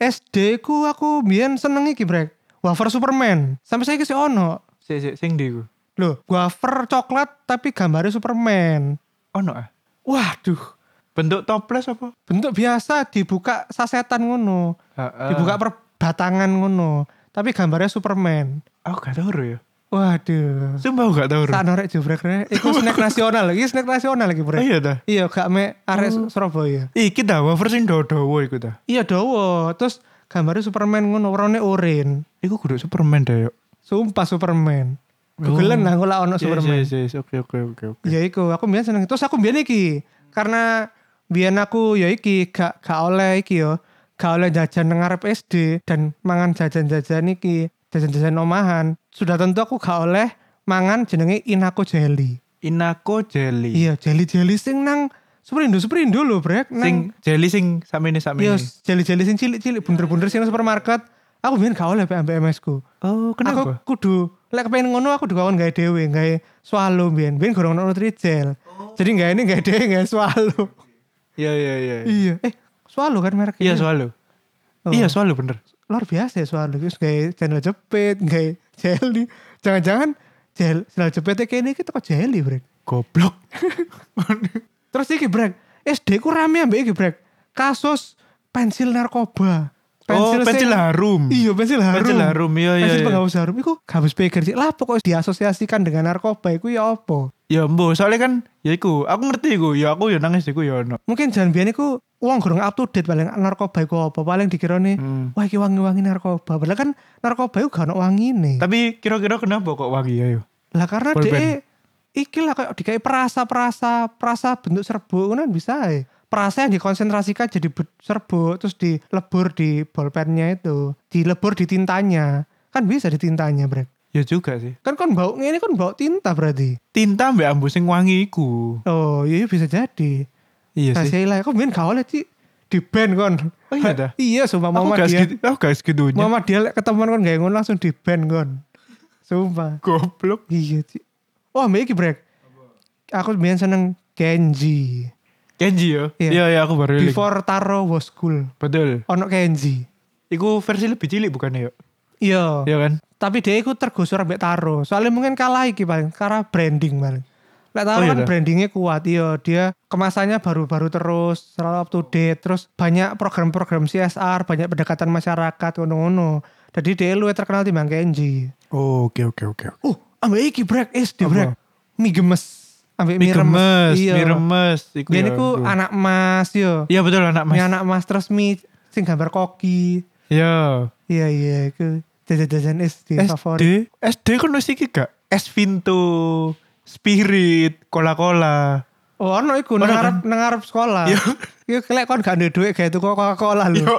[SPEAKER 3] SD ku aku biyen seneng iki brek. Wafer Superman. Sampai saya sih ono.
[SPEAKER 1] Sik sik sing ndi iku?
[SPEAKER 3] Loh, wafer coklat tapi gambarnya Superman.
[SPEAKER 1] Ono ah.
[SPEAKER 3] Waduh,
[SPEAKER 1] Bentuk toples apa?
[SPEAKER 3] bentuk biasa dibuka sasetan ngono.
[SPEAKER 1] Heeh.
[SPEAKER 3] Dibuka per batangan ngono. Tapi gambarnya Superman.
[SPEAKER 1] Aku gak tau Ru, ya.
[SPEAKER 3] Waduh.
[SPEAKER 1] Sumpah aku gak tau Ru.
[SPEAKER 3] Tak norek jubrek rek. Iku
[SPEAKER 1] [laughs]
[SPEAKER 3] snack nasional, iki snack nasional iki
[SPEAKER 1] Oh
[SPEAKER 3] brek.
[SPEAKER 1] iya Oh. dah.
[SPEAKER 3] Iya, gak me arek Su- Surabaya.
[SPEAKER 1] Iki dah wafer sing dodowo iku dah.
[SPEAKER 3] Iya dowo. Terus gambarnya Superman ngono warnane oranye.
[SPEAKER 1] Iku kudu Superman dah yo.
[SPEAKER 3] Sumpah Superman.
[SPEAKER 1] Oh.
[SPEAKER 3] Googlen lah aku lah
[SPEAKER 1] Iya,
[SPEAKER 3] ono Superman.
[SPEAKER 1] Yes, yes, yes. Oke oke oke oke.
[SPEAKER 3] Ya iku, aku biyen seneng. Terus aku biyen iki karena biyen aku ya iki gak gak oleh iki yo. Gak oleh jajan nang arep SD dan mangan jajan-jajan iki, jajan-jajan omahan. Sudah tentu aku gak oleh mangan jenenge Inako Jelly.
[SPEAKER 1] Iya. Inako jelly.
[SPEAKER 3] Iya, jeli-jeli sing nang Superindo Superindo lho, Brek. Nang
[SPEAKER 1] Sing jelly sing samene samene.
[SPEAKER 3] iya, jeli-jeli sing cilik-cilik bener-bener sing nang supermarket. Aku biyen gak oleh PMP MS ku.
[SPEAKER 1] Oh, kenapa?
[SPEAKER 3] Aku kudu lek kepengin ngono aku duwe gawe dhewe, gawe swalo biyen. Biyen gorong ono trijel. Jadi gawe ini gawe dhewe gawe swalo.
[SPEAKER 1] Iya iya iya.
[SPEAKER 3] iya, eh swalo kan mereknya.
[SPEAKER 1] Iya soalnya.
[SPEAKER 3] Oh.
[SPEAKER 1] Iya soalnya bener.
[SPEAKER 3] Luar biasa ya swalo. Terus gawe channel jepit, gawe jeli. Jangan-jangan jel channel jepitnya kayak ini kita kok jeli, Brek.
[SPEAKER 1] Goblok.
[SPEAKER 3] Terus iki brek, SD ku rame ambek iki brek. Kasus pensil narkoba.
[SPEAKER 1] oh,
[SPEAKER 3] sing-
[SPEAKER 1] pensil harum.
[SPEAKER 3] Iya, pensil harum.
[SPEAKER 1] Pensil harum, iya, iya,
[SPEAKER 3] Pensil
[SPEAKER 1] iya.
[SPEAKER 3] penghapus harum iku habis pikir sih. Lah pokoknya diasosiasikan dengan narkoba iku ya apa?
[SPEAKER 1] Ya mbo, soalnya kan ya iku, aku ngerti iku, ya aku ya nangis iku ya ono.
[SPEAKER 3] Mungkin jan biyen iku wong gorong up to date paling narkoba iku apa? Paling dikirone
[SPEAKER 1] Hmm.
[SPEAKER 3] wah iki wangi-wangi narkoba. Padahal kan narkoba iku gak ono wangine.
[SPEAKER 1] Tapi kira-kira kenapa kok wangi ya, ayo?
[SPEAKER 3] Lah karena
[SPEAKER 1] Bolpen.
[SPEAKER 3] dhek iki lah kayak dikai perasa-perasa, perasa bentuk serbuk ngono kan bisa ae. Perasa yang dikonsentrasikan jadi be- serbuk terus dilebur di bolpennya itu, dilebur di tintanya. Kan bisa di tintanya, Brek.
[SPEAKER 1] Ya juga sih.
[SPEAKER 3] Kan kon bau ini kan bau tinta berarti.
[SPEAKER 1] Tinta mbak ambu sing wangi iku.
[SPEAKER 3] Oh, iya iya, bisa jadi.
[SPEAKER 1] Iya
[SPEAKER 3] Nah,
[SPEAKER 1] sih.
[SPEAKER 3] saya lah, kok main gak oleh Ci. di band kon.
[SPEAKER 1] Oh iya dah.
[SPEAKER 3] [laughs] iya, sumpah
[SPEAKER 1] Aku gitu.
[SPEAKER 3] mama
[SPEAKER 1] gak
[SPEAKER 3] dia.
[SPEAKER 1] segitu, aku gak segitunya.
[SPEAKER 3] Mama dia lek ketemuan kon gak ngono langsung di band kon. Sumpah.
[SPEAKER 1] Goblok.
[SPEAKER 3] Iya sih. Oh, mbak iki brek. Aku biyen seneng Kenji.
[SPEAKER 1] Kenji ya?
[SPEAKER 3] Iya.
[SPEAKER 1] Iya, iya aku baru lihat.
[SPEAKER 3] Before Taro was cool.
[SPEAKER 1] Betul.
[SPEAKER 3] Ono Kenji.
[SPEAKER 1] Iku versi lebih cilik bukan ya?
[SPEAKER 3] Iya.
[SPEAKER 1] Iya kan?
[SPEAKER 3] Tapi dia iku tergusur mbek Taro. Soalnya mungkin kalah iki paling karena branding paling. Lek Taro
[SPEAKER 1] Oh, iya
[SPEAKER 3] kan
[SPEAKER 1] toh?
[SPEAKER 3] brandingnya kuat iya dia kemasannya baru-baru terus selalu up to date terus banyak program-program CSR banyak pendekatan masyarakat ngono-ngono jadi dia luwih terkenal di Bang Kenji
[SPEAKER 1] Oh, oke oke oke.
[SPEAKER 3] oh ambek iki brek is
[SPEAKER 1] Apa?
[SPEAKER 3] di brek mie gemes ambek mie remes Iya.
[SPEAKER 1] Miremes, miremes iku.
[SPEAKER 3] dia
[SPEAKER 1] ya,
[SPEAKER 3] niku
[SPEAKER 1] iku.
[SPEAKER 3] anak mas yo
[SPEAKER 1] Iya betul anak
[SPEAKER 3] mie
[SPEAKER 1] Mas.
[SPEAKER 3] anak mas terus mie sing gambar koki
[SPEAKER 1] Iya.
[SPEAKER 3] iya iya itu jajan-jajan is di favorit
[SPEAKER 1] SD, SD kan wis iki gak? Es Vinto, Spirit, Cola-Cola.
[SPEAKER 3] oh ono iku
[SPEAKER 1] Ono
[SPEAKER 3] nang
[SPEAKER 1] kan?
[SPEAKER 3] arep nang arep sekolah
[SPEAKER 1] Iya.
[SPEAKER 3] Iya, kelek kon gak ada duit kayak itu kok Coca-Cola lho.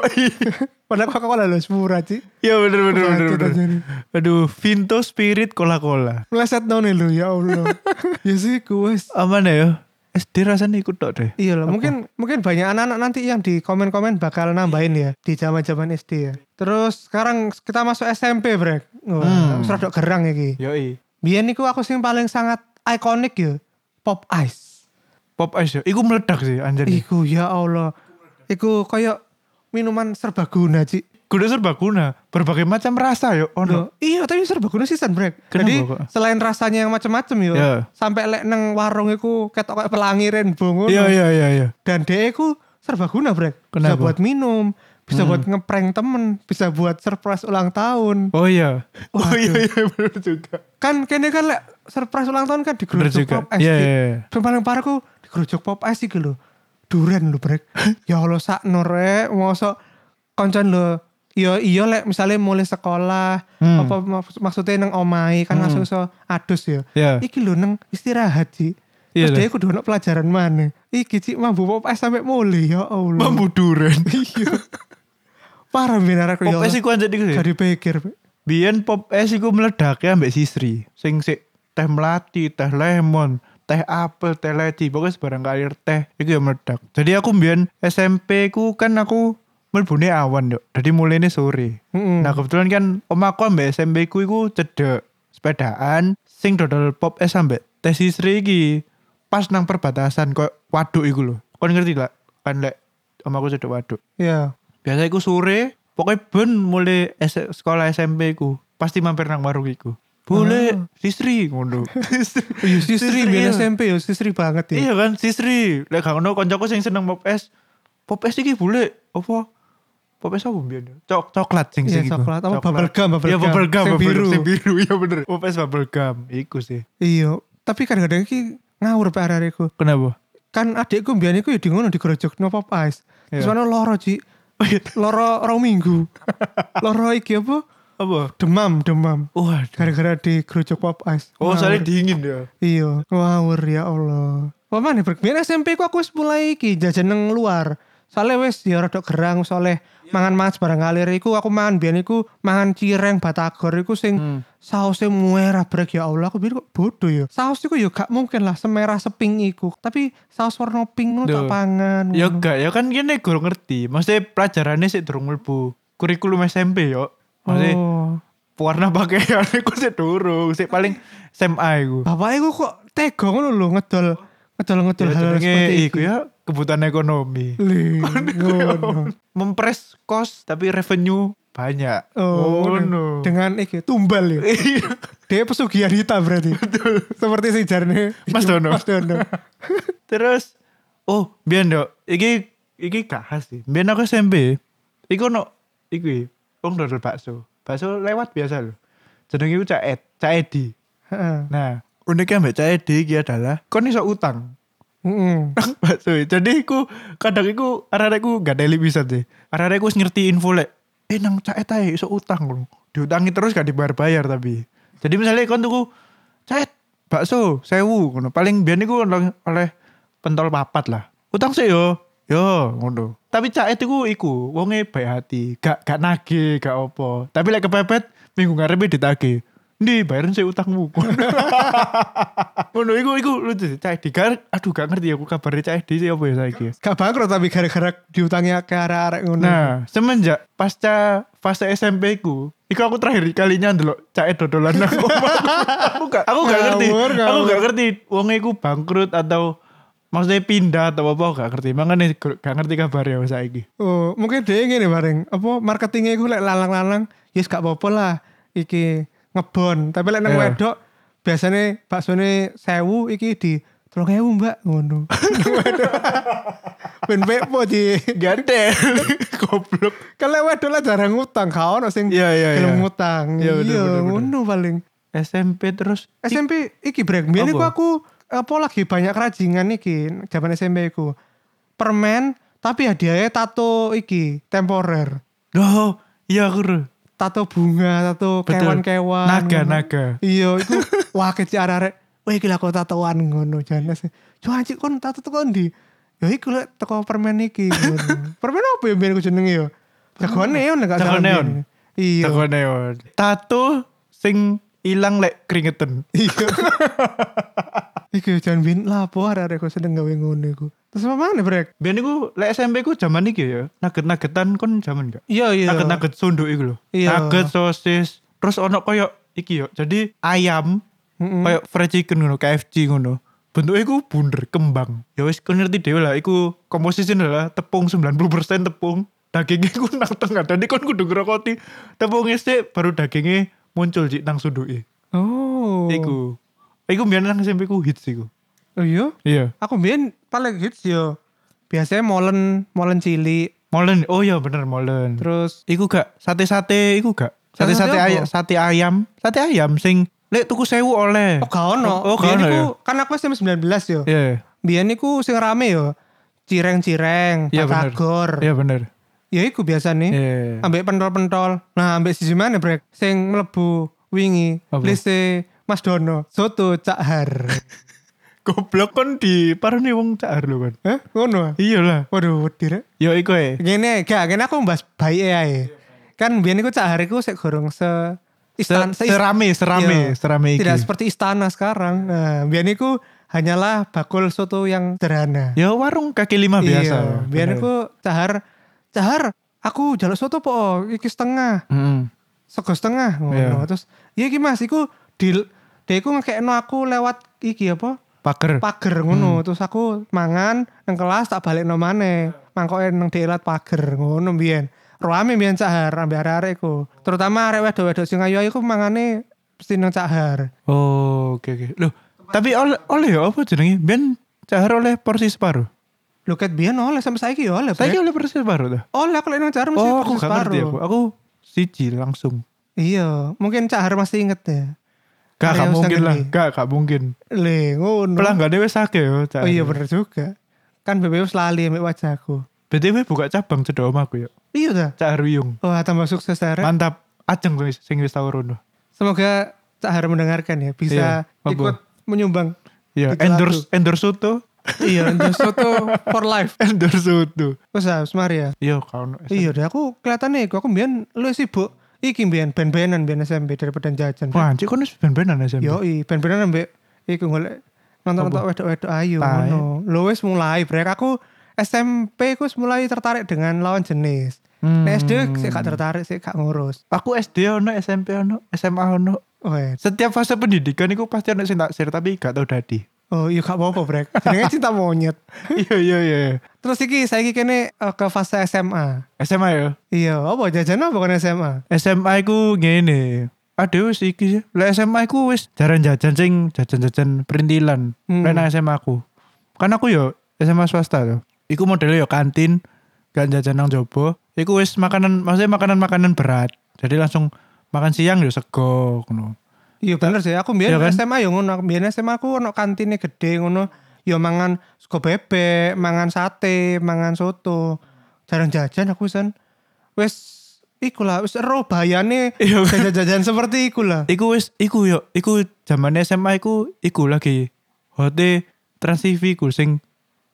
[SPEAKER 3] Padahal Coca-Cola lho sepura sih.
[SPEAKER 1] Iya bener bener bener.
[SPEAKER 3] Bangkit
[SPEAKER 1] bener.
[SPEAKER 3] aja nih.
[SPEAKER 1] Aduh, Vinto, Spirit, Cola-Cola.
[SPEAKER 3] Meleset tau nih lho, ya
[SPEAKER 1] [laughs]
[SPEAKER 3] Allah. ya sih gue.
[SPEAKER 1] Aman ya? SD rasanya ikut tok deh.
[SPEAKER 3] Iya loh, mungkin mungkin banyak anak-anak nanti yang di komen-komen bakal nambahin ya di zaman-zaman SD ya. Terus sekarang kita masuk SMP, Brek. Wah,
[SPEAKER 1] Hmm.
[SPEAKER 3] wis rada gerang iki.
[SPEAKER 1] Yoi.
[SPEAKER 3] Biyen niku aku sing paling sangat ikonik ya, Pop Ice.
[SPEAKER 1] Pop Ice ya. Iku meledak sih anjir.
[SPEAKER 3] Iku ya Allah. Iku koyo minuman serbaguna, Ci.
[SPEAKER 1] Kudu serbaguna, berbagai macam rasa yo ono.
[SPEAKER 3] Loh, iya tapi serbaguna season break.
[SPEAKER 1] Oh, Kenapa
[SPEAKER 3] Jadi
[SPEAKER 1] kok?
[SPEAKER 3] selain rasanya yang macem-macem yo,
[SPEAKER 1] Ya.
[SPEAKER 3] sampai lek neng warung iku ketok kayak pelangi rainbow ngono.
[SPEAKER 1] Iya iya iya iya.
[SPEAKER 3] Dan dia iku serbaguna break. Bisa
[SPEAKER 1] Kenapa? Hmm.
[SPEAKER 3] buat minum, bisa buat ngeprank temen, bisa buat surprise ulang tahun.
[SPEAKER 1] Oh iya. Oh
[SPEAKER 3] Waduh.
[SPEAKER 1] iya iya bener juga.
[SPEAKER 3] Kan kene kan lek surprise ulang tahun kan
[SPEAKER 1] Bener
[SPEAKER 3] digerujuk
[SPEAKER 1] juga.
[SPEAKER 3] pop ice.
[SPEAKER 1] Iya
[SPEAKER 3] Ci.
[SPEAKER 1] iya. iya.
[SPEAKER 3] Yang paling parah ku digerujuk pop ice iki lho. Duren lho
[SPEAKER 1] [laughs]
[SPEAKER 3] brek. ya Allah sak norek mosok koncon lho. Yo iya lek misalnya mulai sekolah
[SPEAKER 1] Hmm.
[SPEAKER 3] apa mak- maksudnya nang omai kan langsung so adus ya.
[SPEAKER 1] Iya.
[SPEAKER 3] Iki lho nang istirahat sih.
[SPEAKER 1] Iya
[SPEAKER 3] Terus
[SPEAKER 1] lho.
[SPEAKER 3] dia kudu ono pelajaran mana? Iki cik mambu pop ice sampai mulai ya Allah.
[SPEAKER 1] Mambu duren.
[SPEAKER 3] Parah benar aku
[SPEAKER 1] Pop
[SPEAKER 3] ya.
[SPEAKER 1] es iku anjir iku sih.
[SPEAKER 3] Gak dipikir. Brek.
[SPEAKER 1] Biyen pop es iku meledaknya ambek sisri. Sing sik teh melati, teh lemon, teh apel, teh leci, pokoknya sebarang kalir teh iku ya meledak. Jadi aku biyen SMP ku kan aku melbune awan yo. Jadi mulainya sore.
[SPEAKER 3] Mm-mm.
[SPEAKER 1] Nah kebetulan kan om aku ambek SMP ku iku cedek sepedaan sing dodol pop es ambek teh sisri iki pas nang perbatasan kok waduk iku lho. Kon ngerti lah kan lek om aku cedek waduk.
[SPEAKER 3] Iya.
[SPEAKER 1] Biasa iku sore pokoknya ben mulai S- E, sekolah SMP ku pasti mampir nang warung iku. Boleh sisri ngono.
[SPEAKER 3] Iya Hmm. [laughs] sisri biar
[SPEAKER 1] iya.
[SPEAKER 3] SMP ya sisri banget ya.
[SPEAKER 1] Iya kan sisri. Lek gak ngono koncoku sing seneng pop es. Pop es iki boleh apa? Pop es apa mbiyen? ya? Cok coklat sing
[SPEAKER 3] Iya,
[SPEAKER 1] sing iku.
[SPEAKER 3] coklat. Apa, bubble gum, bubble
[SPEAKER 1] Iya
[SPEAKER 3] gum.
[SPEAKER 1] bubble gum,
[SPEAKER 3] Sing
[SPEAKER 1] bubble
[SPEAKER 3] biru.
[SPEAKER 1] gum, sing biru. Iya bener. Pop es bubble gum iku sih.
[SPEAKER 3] Iya, tapi kadang-kadang iki ngawur pak arek
[SPEAKER 1] Kenapa?
[SPEAKER 3] Kan adikku mbiyen iku ya di ngono digerojok no pop ice. Terus
[SPEAKER 1] Iya.
[SPEAKER 3] ono loro, Ci. loro rong minggu.
[SPEAKER 1] [laughs]
[SPEAKER 3] loro iki apa?
[SPEAKER 1] Apa?
[SPEAKER 3] Demam, demam.
[SPEAKER 1] Waduh.
[SPEAKER 3] Gara-gara digerojok pop ice.
[SPEAKER 1] Oh,
[SPEAKER 3] Ngawur.
[SPEAKER 1] soalnya dingin ya.
[SPEAKER 3] Iya, ngawur ya Allah. Wah mana Brek? Biyen SMP ku aku wis mulai iki jajan nang luar. Soalnya wis ya rada gerang soalnya mangan-mangan barang kalir iku aku mangan biyen iku mangan cireng batagor iku sing
[SPEAKER 1] Hmm.
[SPEAKER 3] sausnya merah brek ya Allah aku biyen kok bodoh ya. Saus iku ya gak mungkin lah semerah sepink iku. Tapi saus warna pink ngono tak
[SPEAKER 1] Duh.
[SPEAKER 3] pangan.
[SPEAKER 1] Ya
[SPEAKER 3] ngono.
[SPEAKER 1] gak, ya kan gini gue ngerti. Maksudnya pelajarannya sih durung mlebu kurikulum SMP yo. Maksudnya
[SPEAKER 3] Oh.
[SPEAKER 1] warna pakaian iku sih durung, sih paling SMA iku.
[SPEAKER 3] Bapak iku kok tega ngono lho ngedol ngedol-ngedol
[SPEAKER 1] Ya
[SPEAKER 3] hal
[SPEAKER 1] jenenge
[SPEAKER 3] seperti
[SPEAKER 1] iku ya kebutuhan ekonomi. [laughs]
[SPEAKER 3] Lih, ngono.
[SPEAKER 1] Mempres cost tapi revenue banyak.
[SPEAKER 3] Oh,
[SPEAKER 1] Ngono.
[SPEAKER 3] dengan iki tumbal ya.
[SPEAKER 1] Iya.
[SPEAKER 3] Dia pesugihan hitam berarti. Seperti si jarne
[SPEAKER 1] Mas Dono.
[SPEAKER 3] Mas Dono.
[SPEAKER 1] Terus oh, biyen dok, iki iki gak khas sih. Biyen aku SMP, iku ono iku ya, wong dodol bakso. Bakso lewat biasa lho. Jenenge iku Cak Ed, Cak Edi.
[SPEAKER 3] Heeh.
[SPEAKER 1] Nah, uniknya mbak Cak Edi iki adalah kon iso utang
[SPEAKER 3] Heeh.
[SPEAKER 1] nang bakso. Jadi iku kadang iku arek iku gak deli bisa sih. Arek iku wis ngerti info lek eh nang Cak Ed ae iso utang lho. Diutangi terus gak dibayar-bayar tapi. Jadi misalnya kon tuku Cak Ed bakso 1000 ngono. Paling biyen iku oleh oleh pentol papat lah. Utang sih yo. Yo ngono. Tapi Cak Ed iku iku wonge baik hati, gak gak nagih, gak opo. Tapi lek kepepet minggu ngarepe ditagih. Ndi bayarin sih utangmu. [laughs] Ngono iku iku lucu sih. Cah Edi Gar- aduh gak ngerti aku kabarnya Cah Edi sih apa ya saiki. ya.
[SPEAKER 3] Gak bangkrut tapi gara-gara diutangnya ke arah-arah ngono.
[SPEAKER 1] Nah, semenjak pasca fase SMP ku, iku aku terakhir kalinya ndelok Cah Ed dodolan nang
[SPEAKER 3] [laughs]
[SPEAKER 1] omah. aku gak aku gak ngerti.
[SPEAKER 3] Ngawur, ngawur.
[SPEAKER 1] Aku gak ngerti wong iku bangkrut atau maksudnya pindah atau apa gak ngerti. Makanya gak ngerti kabarnya saiki.
[SPEAKER 3] Oh, mungkin dia ngene bareng. Apa ya marketingnya iku lek lalang-lalang, yes gak apa-apa lah. Iki ngebon, tapi lek nang
[SPEAKER 1] Iya.
[SPEAKER 3] wedok biasanya baksonya sewu iki di tolong ewu mbak
[SPEAKER 1] [laughs]
[SPEAKER 3] ngono ben pepo di
[SPEAKER 1] Gandel. [laughs] Goblok.
[SPEAKER 3] kan lewat lah jarang ngutang kau ono sing
[SPEAKER 1] Iya, iya,
[SPEAKER 3] gelem
[SPEAKER 1] iya.
[SPEAKER 3] ngutang
[SPEAKER 1] Iya,
[SPEAKER 3] iya
[SPEAKER 1] bener, bener, bener.
[SPEAKER 3] ngono paling
[SPEAKER 1] SMP terus
[SPEAKER 3] SMP iki break biyen iku
[SPEAKER 1] Apa?
[SPEAKER 3] aku apa lagi banyak kerajingan iki zaman SMP iku permen tapi hadiahnya tato iki temporer
[SPEAKER 1] Oh, iya aku. ro.
[SPEAKER 3] tato bunga tato
[SPEAKER 1] Betul.
[SPEAKER 3] kewan-kewan
[SPEAKER 1] Naga,
[SPEAKER 3] ngono.
[SPEAKER 1] naga.
[SPEAKER 3] iya iku [laughs] wah kecil arek wah iki lah kok tatoan ngono jane sih cuman cik kon tato teko ndi ya iku lek teko permen iki ngono. [laughs] permen apa ya biyen aku jenenge ya jagoan neon ya, gak
[SPEAKER 1] Jagoan neon.
[SPEAKER 3] iya
[SPEAKER 1] Teko neon. Tato sing ilang lek keringetan.
[SPEAKER 3] Iya. Iki jangan bin lapo arek-arek kok seneng gawe ngono iku. Terus apa mana brek?
[SPEAKER 1] Biyen iku lek SMP ku zaman iki ya. Naget-nagetan kon zaman gak?
[SPEAKER 3] Iya
[SPEAKER 1] Naget-naget sunduk iku lho.
[SPEAKER 3] Iya.
[SPEAKER 1] Naget sosis. Terus ono koyo iki yo. Jadi ayam
[SPEAKER 3] Mm-mm.
[SPEAKER 1] koyo fried chicken ngono, KFC ngono. Bentuknya iku bunder kembang. Ya wis kon ngerti dhewe lah iku komposisinya lah tepung 90% tepung. Dagingnya ku nang tengah. Jadi kon kudu ngerokoti tepungnya sik baru dagingnya muncul jik nang sunduke.
[SPEAKER 3] Oh.
[SPEAKER 1] Iku. Iku biyen nang SMP ku hits iku.
[SPEAKER 3] Oh iya.
[SPEAKER 1] Iya.
[SPEAKER 3] Aku bin paling hits yo. Biasanya molen molen cilik.
[SPEAKER 1] Molen. Oh iya bener molen.
[SPEAKER 3] Terus
[SPEAKER 1] Iku gak sate-sate iku gak.
[SPEAKER 3] Sate-sate
[SPEAKER 1] Sate-sate
[SPEAKER 3] apa?
[SPEAKER 1] ayam, sate ayam, sate ayam sing lek tuku sewu oleh.
[SPEAKER 3] oh gak ono.
[SPEAKER 1] Oh gak
[SPEAKER 3] Biyen
[SPEAKER 1] ono.
[SPEAKER 3] iku
[SPEAKER 1] ya?
[SPEAKER 3] kan aku SMP 19 yo.
[SPEAKER 1] Iya.
[SPEAKER 3] Biyen iku sing rame yo. Cireng-cireng,
[SPEAKER 1] Iya bener.
[SPEAKER 3] patagor.
[SPEAKER 1] Iya bener.
[SPEAKER 3] Ya iku biasane.
[SPEAKER 1] Iya.
[SPEAKER 3] ambek pentol-pentol. Nah, ambek siji mana brek sing mlebu wingi
[SPEAKER 1] Apa?
[SPEAKER 3] lise Mas Dono soto Cak
[SPEAKER 1] [laughs]
[SPEAKER 3] Har.
[SPEAKER 1] Goblok kon di parone wong cahar lho kan.
[SPEAKER 3] Hah? Ngono. ah?
[SPEAKER 1] Iyalah.
[SPEAKER 3] Waduh, wedi rek.
[SPEAKER 1] Yo iku e.
[SPEAKER 3] Ngene, gak ngene aku mbahas baik ae. Kan biyen iku Cak Har iku sik gorong se istan-
[SPEAKER 1] Se- serame, serame,
[SPEAKER 3] Iya.
[SPEAKER 1] serame iki.
[SPEAKER 3] Tidak seperti istana sekarang. Nah, biyen iku hanyalah bakul soto yang sederhana.
[SPEAKER 1] Ya
[SPEAKER 3] Iya.
[SPEAKER 1] warung kaki lima biasa.
[SPEAKER 3] Biyen
[SPEAKER 1] Bener.
[SPEAKER 3] iku Cak Har, Cak Har, aku jaluk soto po, iki setengah.
[SPEAKER 1] Mm-mm.
[SPEAKER 3] sego setengah
[SPEAKER 1] Iya.
[SPEAKER 3] ngono. Terus iya iki Mas iku di dia iku ngekekno aku lewat iki apa?
[SPEAKER 1] Pager.
[SPEAKER 3] pager
[SPEAKER 1] Hmm.
[SPEAKER 3] ngono. Terus aku mangan nang kelas tak balekno maneh. Mangkoke nang dielat pager ngono mbiyen. Rame mbiyen cahar ambek arek-arek iku. Terutama arek wedok-wedok sing ayu-ayu iku mangane mesti nang cahar.
[SPEAKER 1] Oh, oke oke. Loh, tapi oleh oleh ya apa jenenge? Ben cahar oleh porsi separuh.
[SPEAKER 3] Lho ket biyen oleh sampe saiki ya oleh.
[SPEAKER 1] Saya
[SPEAKER 3] Brek.
[SPEAKER 1] oleh porsi separuh dah.
[SPEAKER 3] Oleh aku lek nang cahar mesti
[SPEAKER 1] Oh, aku
[SPEAKER 3] persis
[SPEAKER 1] gak ngerti
[SPEAKER 3] separuh.
[SPEAKER 1] aku. Aku siji langsung.
[SPEAKER 3] Iya, mungkin cahar masih inget ya.
[SPEAKER 1] Gak, gak
[SPEAKER 3] Ayo,
[SPEAKER 1] mungkin
[SPEAKER 3] sangen
[SPEAKER 1] lah.
[SPEAKER 3] nih.
[SPEAKER 1] Gak, gak mungkin.
[SPEAKER 3] Le ngono.
[SPEAKER 1] Pelanggannya wis akeh yo. Cak.
[SPEAKER 3] Oh iya bener juga. Kan BBM lali ambek wajahku.
[SPEAKER 1] BTW buka cabang cedok omahku yo.
[SPEAKER 3] Iya dah.
[SPEAKER 1] Cak Haruyung.
[SPEAKER 3] Wah tambah sukses Sarah.
[SPEAKER 1] Mantap. Ajeng tuh sing wis tau rono.
[SPEAKER 3] Semoga Cak Har mendengarkan ya
[SPEAKER 1] Iya,
[SPEAKER 3] bisa
[SPEAKER 1] apa?
[SPEAKER 3] ikut menyumbang.
[SPEAKER 1] Iya,
[SPEAKER 3] Iklan
[SPEAKER 1] endorse endorse soto.
[SPEAKER 3] iya, endorse soto for life.
[SPEAKER 1] endorse soto.
[SPEAKER 3] Wes ah, semar ya.
[SPEAKER 1] Yo, kau
[SPEAKER 3] Iya, udah aku kelihatannya iku aku mbiyen lu sibuk iki mbiyen ben-benan mbiyen SMP daripada jajan.
[SPEAKER 1] Wah, anjir kan wis ben-benan SMP.
[SPEAKER 3] Yo, ben-benan ambek iku golek nonton-nonton wedok-wedok ayu
[SPEAKER 1] Tai.
[SPEAKER 3] ngono. Lu wis mulai brek aku SMP ku wis mulai tertarik dengan lawan jenis. Nek SD
[SPEAKER 1] Hmm.
[SPEAKER 3] sih gak tertarik sih gak ngurus.
[SPEAKER 1] Aku SD ono, SMP ono, SMA ono.
[SPEAKER 3] Wes.
[SPEAKER 1] Setiap fase pendidikan iku pasti ono sing tak sir tapi gak tau
[SPEAKER 3] [laughs]
[SPEAKER 1] dadi.
[SPEAKER 3] Oh iya gak apa-apa brek. Jenenge cinta monyet.
[SPEAKER 1] Iya, iya, iya.
[SPEAKER 3] Terus iki saiki kene eh, ke fase SMA.
[SPEAKER 1] SMA yo.
[SPEAKER 3] Iya, apa jajan apa kan SMA?
[SPEAKER 1] SMA ku ngene. Aduh wis iki sih. Lah SMA ku wis jarang jajan sing jajan-jajan perintilan.
[SPEAKER 3] Hmm.
[SPEAKER 1] Lah nang SMA aku. Kan aku yo SMA swasta tuh. Iku modelnya yo kantin, gak jajan nang jobo. Iku wis makanan maksudnya makanan-makanan berat. Jadi langsung makan siang yo sego ngono.
[SPEAKER 3] Iya bener sih, aku
[SPEAKER 1] Iya
[SPEAKER 3] mbiyen
[SPEAKER 1] kan?
[SPEAKER 3] SMA yo ya ngono, mbiyen SMA aku ono kantine gede ngono, yo mangan sego bebek, mangan sate, mangan soto. Jarang jajan aku sen. Wis iku lah, wis ero bayane
[SPEAKER 1] Iya.
[SPEAKER 3] jajan-jajan seperti iku lah.
[SPEAKER 1] Iku wis iku yo iku zaman SMA iku iku lagi hote Trans TV ku sing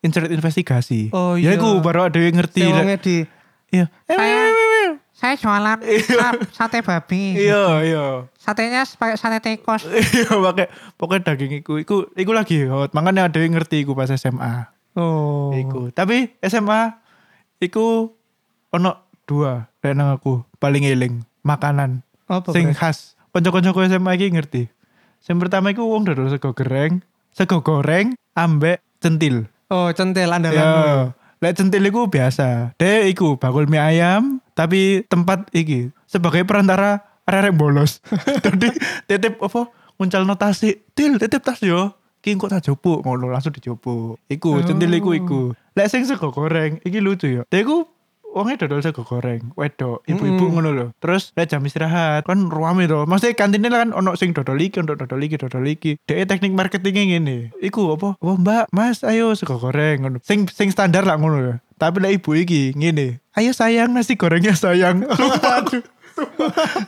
[SPEAKER 1] insert investigasi.
[SPEAKER 3] Oh, iya.
[SPEAKER 1] Ya iku baru ada yang ngerti.
[SPEAKER 3] Tewonge
[SPEAKER 1] lek-
[SPEAKER 3] di
[SPEAKER 1] Iya.
[SPEAKER 4] saya jualan sa- sate babi.
[SPEAKER 1] Iya, iya.
[SPEAKER 4] Satenya pakai sate tikus.
[SPEAKER 1] iya pakai pokoknya daging iku iku iku lagi hot makanya ada yang ngerti iku pas SMA
[SPEAKER 3] Oh.
[SPEAKER 1] iku tapi SMA iku ono dua lek nang aku paling eling makanan
[SPEAKER 3] Apa,
[SPEAKER 1] sing
[SPEAKER 3] Bre?
[SPEAKER 1] khas kanca-kancaku SMA iki ngerti sing pertama iku wong dodol sego goreng sego goreng ambek centil
[SPEAKER 3] Oh, centil andalanmu.
[SPEAKER 1] ya lek centil iku biasa deh iku bakul mie ayam [laughs] tapi tempat iki sebagai perantara arek-arek bolos jadi titip apa nguncal notasi til titip tas yo iki kok tak jopo ngono langsung dijopo iku centil iku iku lek sing sego goreng iki lucu yo Dia iku wonge dodol sego goreng wedok ibu-ibu ngono lho terus lek jam istirahat kan ruame to maksudnya kantinnya kan ono sing dodol iki ono dodol iki dodol iki Dia teknik marketingnya ngene iku apa apa mbak mas ayo sego goreng ngono sing sing standar lah ngono lho tapi lek ibu iki ngene ayo sayang nasi gorengnya
[SPEAKER 3] [laughs]
[SPEAKER 1] sayang Waduh. [laughs]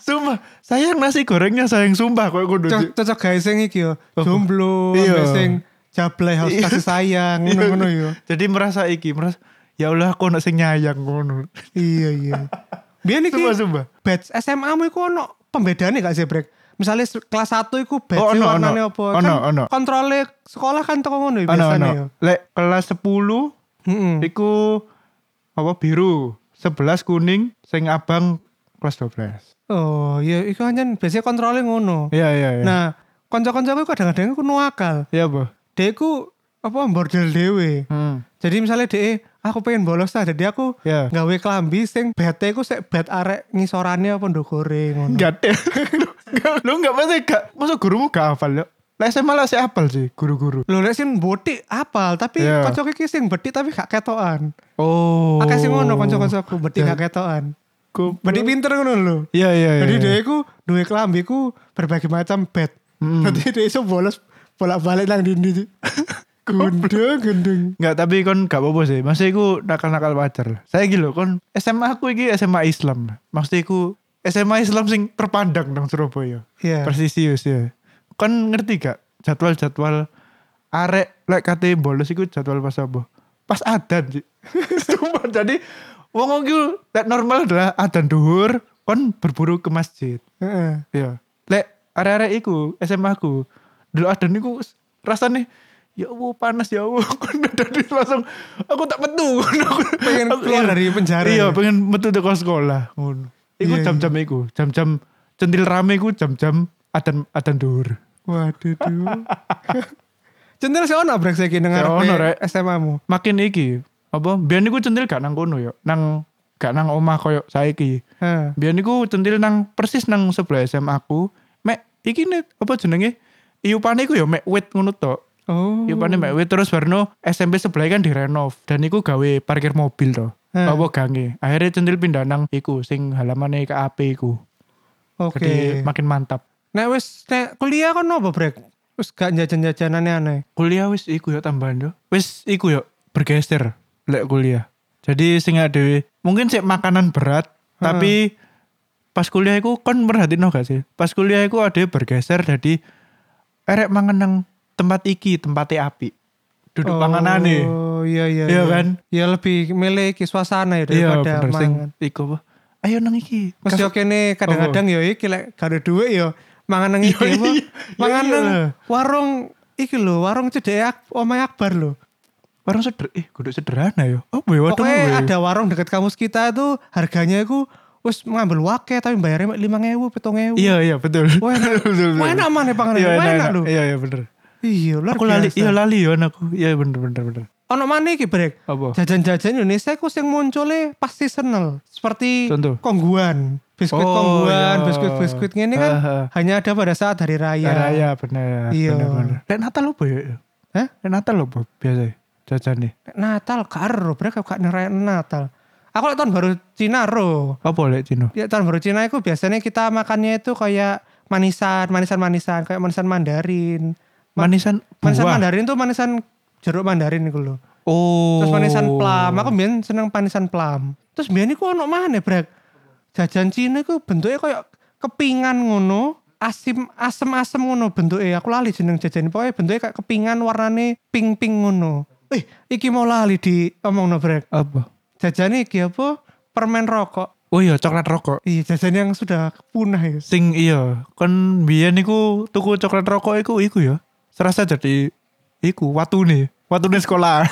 [SPEAKER 1] sumpah sayang nasi gorengnya sayang sumpah kok kudu
[SPEAKER 3] Cocok cocok guys sing iki yo. Jomblo,
[SPEAKER 1] Iya.
[SPEAKER 3] ambek sing
[SPEAKER 1] Ya,
[SPEAKER 3] jablay harus kasih sayang
[SPEAKER 1] Iya.
[SPEAKER 3] ngono-ngono yo.
[SPEAKER 1] Jadi merasa iki, merasa ya Allah aku ono sing nyayang ngono.
[SPEAKER 3] Iya iya. Biar iki
[SPEAKER 1] Sumpah, sumpah.
[SPEAKER 3] batch SMA mu iku ono pembedaannya gak sih Brek? Misalnya se- kelas 1 iku batch
[SPEAKER 1] Oh, ono,
[SPEAKER 3] warnane
[SPEAKER 1] ono.
[SPEAKER 3] apa?
[SPEAKER 1] Ono,
[SPEAKER 3] kan
[SPEAKER 1] ono.
[SPEAKER 3] kontrole sekolah kan toko ngono ya
[SPEAKER 1] Ono
[SPEAKER 3] biasanya
[SPEAKER 1] ono.
[SPEAKER 3] ya.
[SPEAKER 1] Lek kelas 10
[SPEAKER 3] Heeh.
[SPEAKER 1] Hmm. iku apa biru, 11 kuning, sing abang kelas 12.
[SPEAKER 3] Oh, iya iku anjen biasanya kontrole ngono.
[SPEAKER 1] Iya iya iya.
[SPEAKER 3] Nah, kanca-kancaku kadang-kadang iku nuakal.
[SPEAKER 1] iya apa?
[SPEAKER 3] Dek ku apa bordel dhewe.
[SPEAKER 1] Hmm.
[SPEAKER 3] Jadi misalnya dek aku pengen bolos lah jadi aku
[SPEAKER 1] Ya.
[SPEAKER 3] gawe klambi sing bete ku sek bet arek ngisorane apa ndok goreng ngono.
[SPEAKER 1] Enggak deh. Lu enggak mesti gak masa gurumu gak hafal ya? Lek SMA lah sih hafal sih guru-guru.
[SPEAKER 3] Lho lek sing botik apal tapi
[SPEAKER 1] Iya.
[SPEAKER 3] yeah. kanca iki sing betik tapi gak ketokan.
[SPEAKER 1] Oh.
[SPEAKER 3] Akeh sing ngono kanca-kancaku betik gak ketokan.
[SPEAKER 1] Goblok.
[SPEAKER 3] Betik pinter ngono lho.
[SPEAKER 1] Iya iya iya.
[SPEAKER 3] Jadi dia ku duwe klambi ku berbagai macam bed. Berarti dia iso bolos bolak-balik nang dindi.
[SPEAKER 1] [laughs]
[SPEAKER 3] Gundeng gundeng.
[SPEAKER 1] Enggak, tapi kon gak apa-apa sih. Masih iku nakal-nakal wajar lah. Saya gitu kon SMA aku iki SMA Islam. lah. Maksudnya iku SMA Islam sing terpandang nang Surabaya.
[SPEAKER 3] Iya.
[SPEAKER 1] Persisius ya. Kon ngerti gak jadwal-jadwal arek lek kate bolos iku jadwal pas apa? Pas adzan sih. [laughs] Sumpah jadi wong wong iku lek normal adalah adzan duhur kon berburu ke masjid.
[SPEAKER 3] Heeh.
[SPEAKER 1] Iya. Lek arek-arek iku SMA ku, dulu ada niku wis rasane ya Allah panas ya Allah. [laughs] Dari langsung aku tak metu. [laughs]
[SPEAKER 3] Pengen
[SPEAKER 1] Aku-
[SPEAKER 3] keluar dari penjara. ya?
[SPEAKER 1] Iya, pengen metu teko sekolah ngono. Iku
[SPEAKER 3] Iya,
[SPEAKER 1] jam-jam iku, jam-jam centil rame iku jam-jam adzan adzan dhuwur. [laughs]
[SPEAKER 3] Waduh duh. Centil sih ono brek saiki nang
[SPEAKER 1] Sih ono, Rek.
[SPEAKER 3] ngarepe SMA-mu.
[SPEAKER 1] Makin iki apa biyen niku centil gak nang kono ya, nang gak nang omah koyo saiki.
[SPEAKER 3] Heeh.
[SPEAKER 1] Biar niku centil nang persis nang sebelah SMA aku. Mek iki nih apa jenenge? Iupane iku ya mek wit ngono tok.
[SPEAKER 3] Oh.
[SPEAKER 1] Iya panen Mbak Wit. terus Warno SMP sebelah kan direnov dan iku gawe parkir mobil to.
[SPEAKER 3] Hmm.
[SPEAKER 1] Apa gange. Akhirnya centil pindah nang iku sing halamane KAP iku.
[SPEAKER 3] Oke.
[SPEAKER 1] Jadi makin mantap.
[SPEAKER 3] Nek wis nek kuliah kan apa brek? Wis gak jajan-jajan aneh-aneh.
[SPEAKER 1] Kuliah wis iku ya tambahan yo. Wis iku yo bergeser lek kuliah. Jadi sing dhewe mungkin sik makanan berat
[SPEAKER 3] Hmm.
[SPEAKER 1] tapi pas kuliah iku kon merhatiin gak sih? Pas kuliah iku ada bergeser jadi erek mangan nang tempat iki, tempatnya api. Duduk panganane.
[SPEAKER 3] Oh iya iya.
[SPEAKER 1] Iya kan?
[SPEAKER 3] Ya lebih milih iki suasana
[SPEAKER 1] Iya
[SPEAKER 3] ya daripada
[SPEAKER 1] bener ya- sing
[SPEAKER 3] mangan.
[SPEAKER 1] iku apa? Ayo nang iki.
[SPEAKER 3] Mesti
[SPEAKER 1] Kas-
[SPEAKER 3] oke nih kadang-kadang yo iki lek gak ada duit yo mangan nang iki
[SPEAKER 1] Yo,
[SPEAKER 3] apa?
[SPEAKER 1] iya.
[SPEAKER 3] Mangan
[SPEAKER 1] Yo, iya
[SPEAKER 3] nang
[SPEAKER 1] lah.
[SPEAKER 3] warung iki lho, warung cedek Ak- Omah Akbar lho.
[SPEAKER 1] Warung seder eh kudu sederhana ya. Oh, boy wadon boy.
[SPEAKER 3] Pokoknya ada warung dekat kampus kita itu harganya itu wis ngambil wake tapi bayarnya 5.000, 7.000.
[SPEAKER 1] Iya iya betul.
[SPEAKER 3] Wah,
[SPEAKER 1] [laughs]
[SPEAKER 3] enak.
[SPEAKER 1] Betul, betul.
[SPEAKER 3] Wah, enak mana panganan?
[SPEAKER 1] Iya
[SPEAKER 3] Wah,
[SPEAKER 1] enak,
[SPEAKER 3] enak
[SPEAKER 1] enak.
[SPEAKER 3] lho.
[SPEAKER 1] Iya iya bener.
[SPEAKER 3] Iya, luar
[SPEAKER 1] Aku lali
[SPEAKER 3] biasa.
[SPEAKER 1] iya lali yo anakku. Iya bener bener bener.
[SPEAKER 3] ono mana iki brek
[SPEAKER 1] Apa?
[SPEAKER 3] jajan-jajan Indonesia ku sing munculnya pas seasonal seperti
[SPEAKER 1] Contoh?
[SPEAKER 3] kongguan
[SPEAKER 1] Oh,
[SPEAKER 3] biskuit kongguan
[SPEAKER 1] iya.
[SPEAKER 3] biskuit-biskuit ini kan
[SPEAKER 1] Ha, ha.
[SPEAKER 3] hanya ada pada saat hari raya
[SPEAKER 1] Raya bener.
[SPEAKER 3] Iya.
[SPEAKER 1] Bener bener. Iya. Lek Natal opo ya?
[SPEAKER 3] Hah?
[SPEAKER 1] Lek Natal opo biasa jajan nih?
[SPEAKER 3] Natal karo brek gak ngerayain Natal aku lihat tahun baru Cina ro
[SPEAKER 1] Apa lek Cino?
[SPEAKER 3] ya tahun baru Cina itu biasanya kita makannya itu kayak manisan manisan manisan kayak manisan Mandarin
[SPEAKER 1] Manisan
[SPEAKER 3] manisan
[SPEAKER 1] buah.
[SPEAKER 3] Mandarin tuh manisan jeruk Mandarin itu loh
[SPEAKER 1] Oh.
[SPEAKER 3] Terus panisan plum. Aku biyen seneng panisan plum. Terus biyen iku ono maneh, Brek. Jajan Cina iku bentuknya kayak kepingan ngono, asim asem-asem ngono bentuknya. Aku lali jeneng jajan pokoknya bentuknya kayak kepingan warnane pink-pink ngono. Eh, iki mau lali di omongno, Brek.
[SPEAKER 1] apa?
[SPEAKER 3] Jajan iki apa? Permen rokok.
[SPEAKER 1] Oh iya coklat rokok.
[SPEAKER 3] Iya, jajan yang sudah punah ya.
[SPEAKER 1] Sing iya kon biyen iku tuku coklat rokok iku iku ya. Serasa jadi iku watune. Watune sekolah.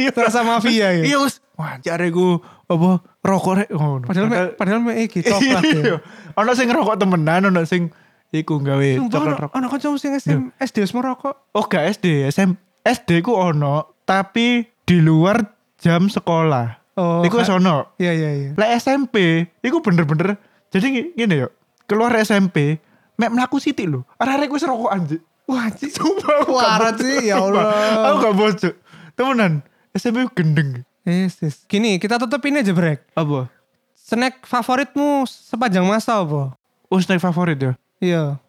[SPEAKER 1] Iya.
[SPEAKER 3] Terasa mafia ya.
[SPEAKER 1] Iya wis. Wah, jare ku apa rokok rek ngono.
[SPEAKER 3] Padahal me, padahal me iki coklat ya.
[SPEAKER 1] Iya. Ono sing ngerokok temenan, ono sing iku gawe
[SPEAKER 3] Sumpah
[SPEAKER 1] Iya. coklat
[SPEAKER 3] ono-
[SPEAKER 1] rokok. Iya.
[SPEAKER 3] ono kanca sing SM SD wis merokok.
[SPEAKER 1] Oh, gak SD, SM, SD ku ono, tapi di luar jam sekolah.
[SPEAKER 3] Oh,
[SPEAKER 1] iku wis
[SPEAKER 3] gak-
[SPEAKER 1] ono.
[SPEAKER 3] Iya, iya, iya.
[SPEAKER 1] Lek SMP, iku bener-bener jadi ng- ngene yo. Keluar SMP, mek mlaku sithik lho. Arek-arek wis rokok anjir.
[SPEAKER 3] Wah, cik.
[SPEAKER 1] Sumpah aku gak
[SPEAKER 3] Warat
[SPEAKER 1] bocok.
[SPEAKER 3] sih, ya Allah.
[SPEAKER 1] Sumpah, Aku gak bocok. Temenan, SMP ku gendeng.
[SPEAKER 3] Yes, yes. Gini, kita tutup ini aja brek.
[SPEAKER 1] Apa?
[SPEAKER 3] Snack favoritmu sepanjang masa apa?
[SPEAKER 1] Oh, snack favorit ya.
[SPEAKER 3] Iya.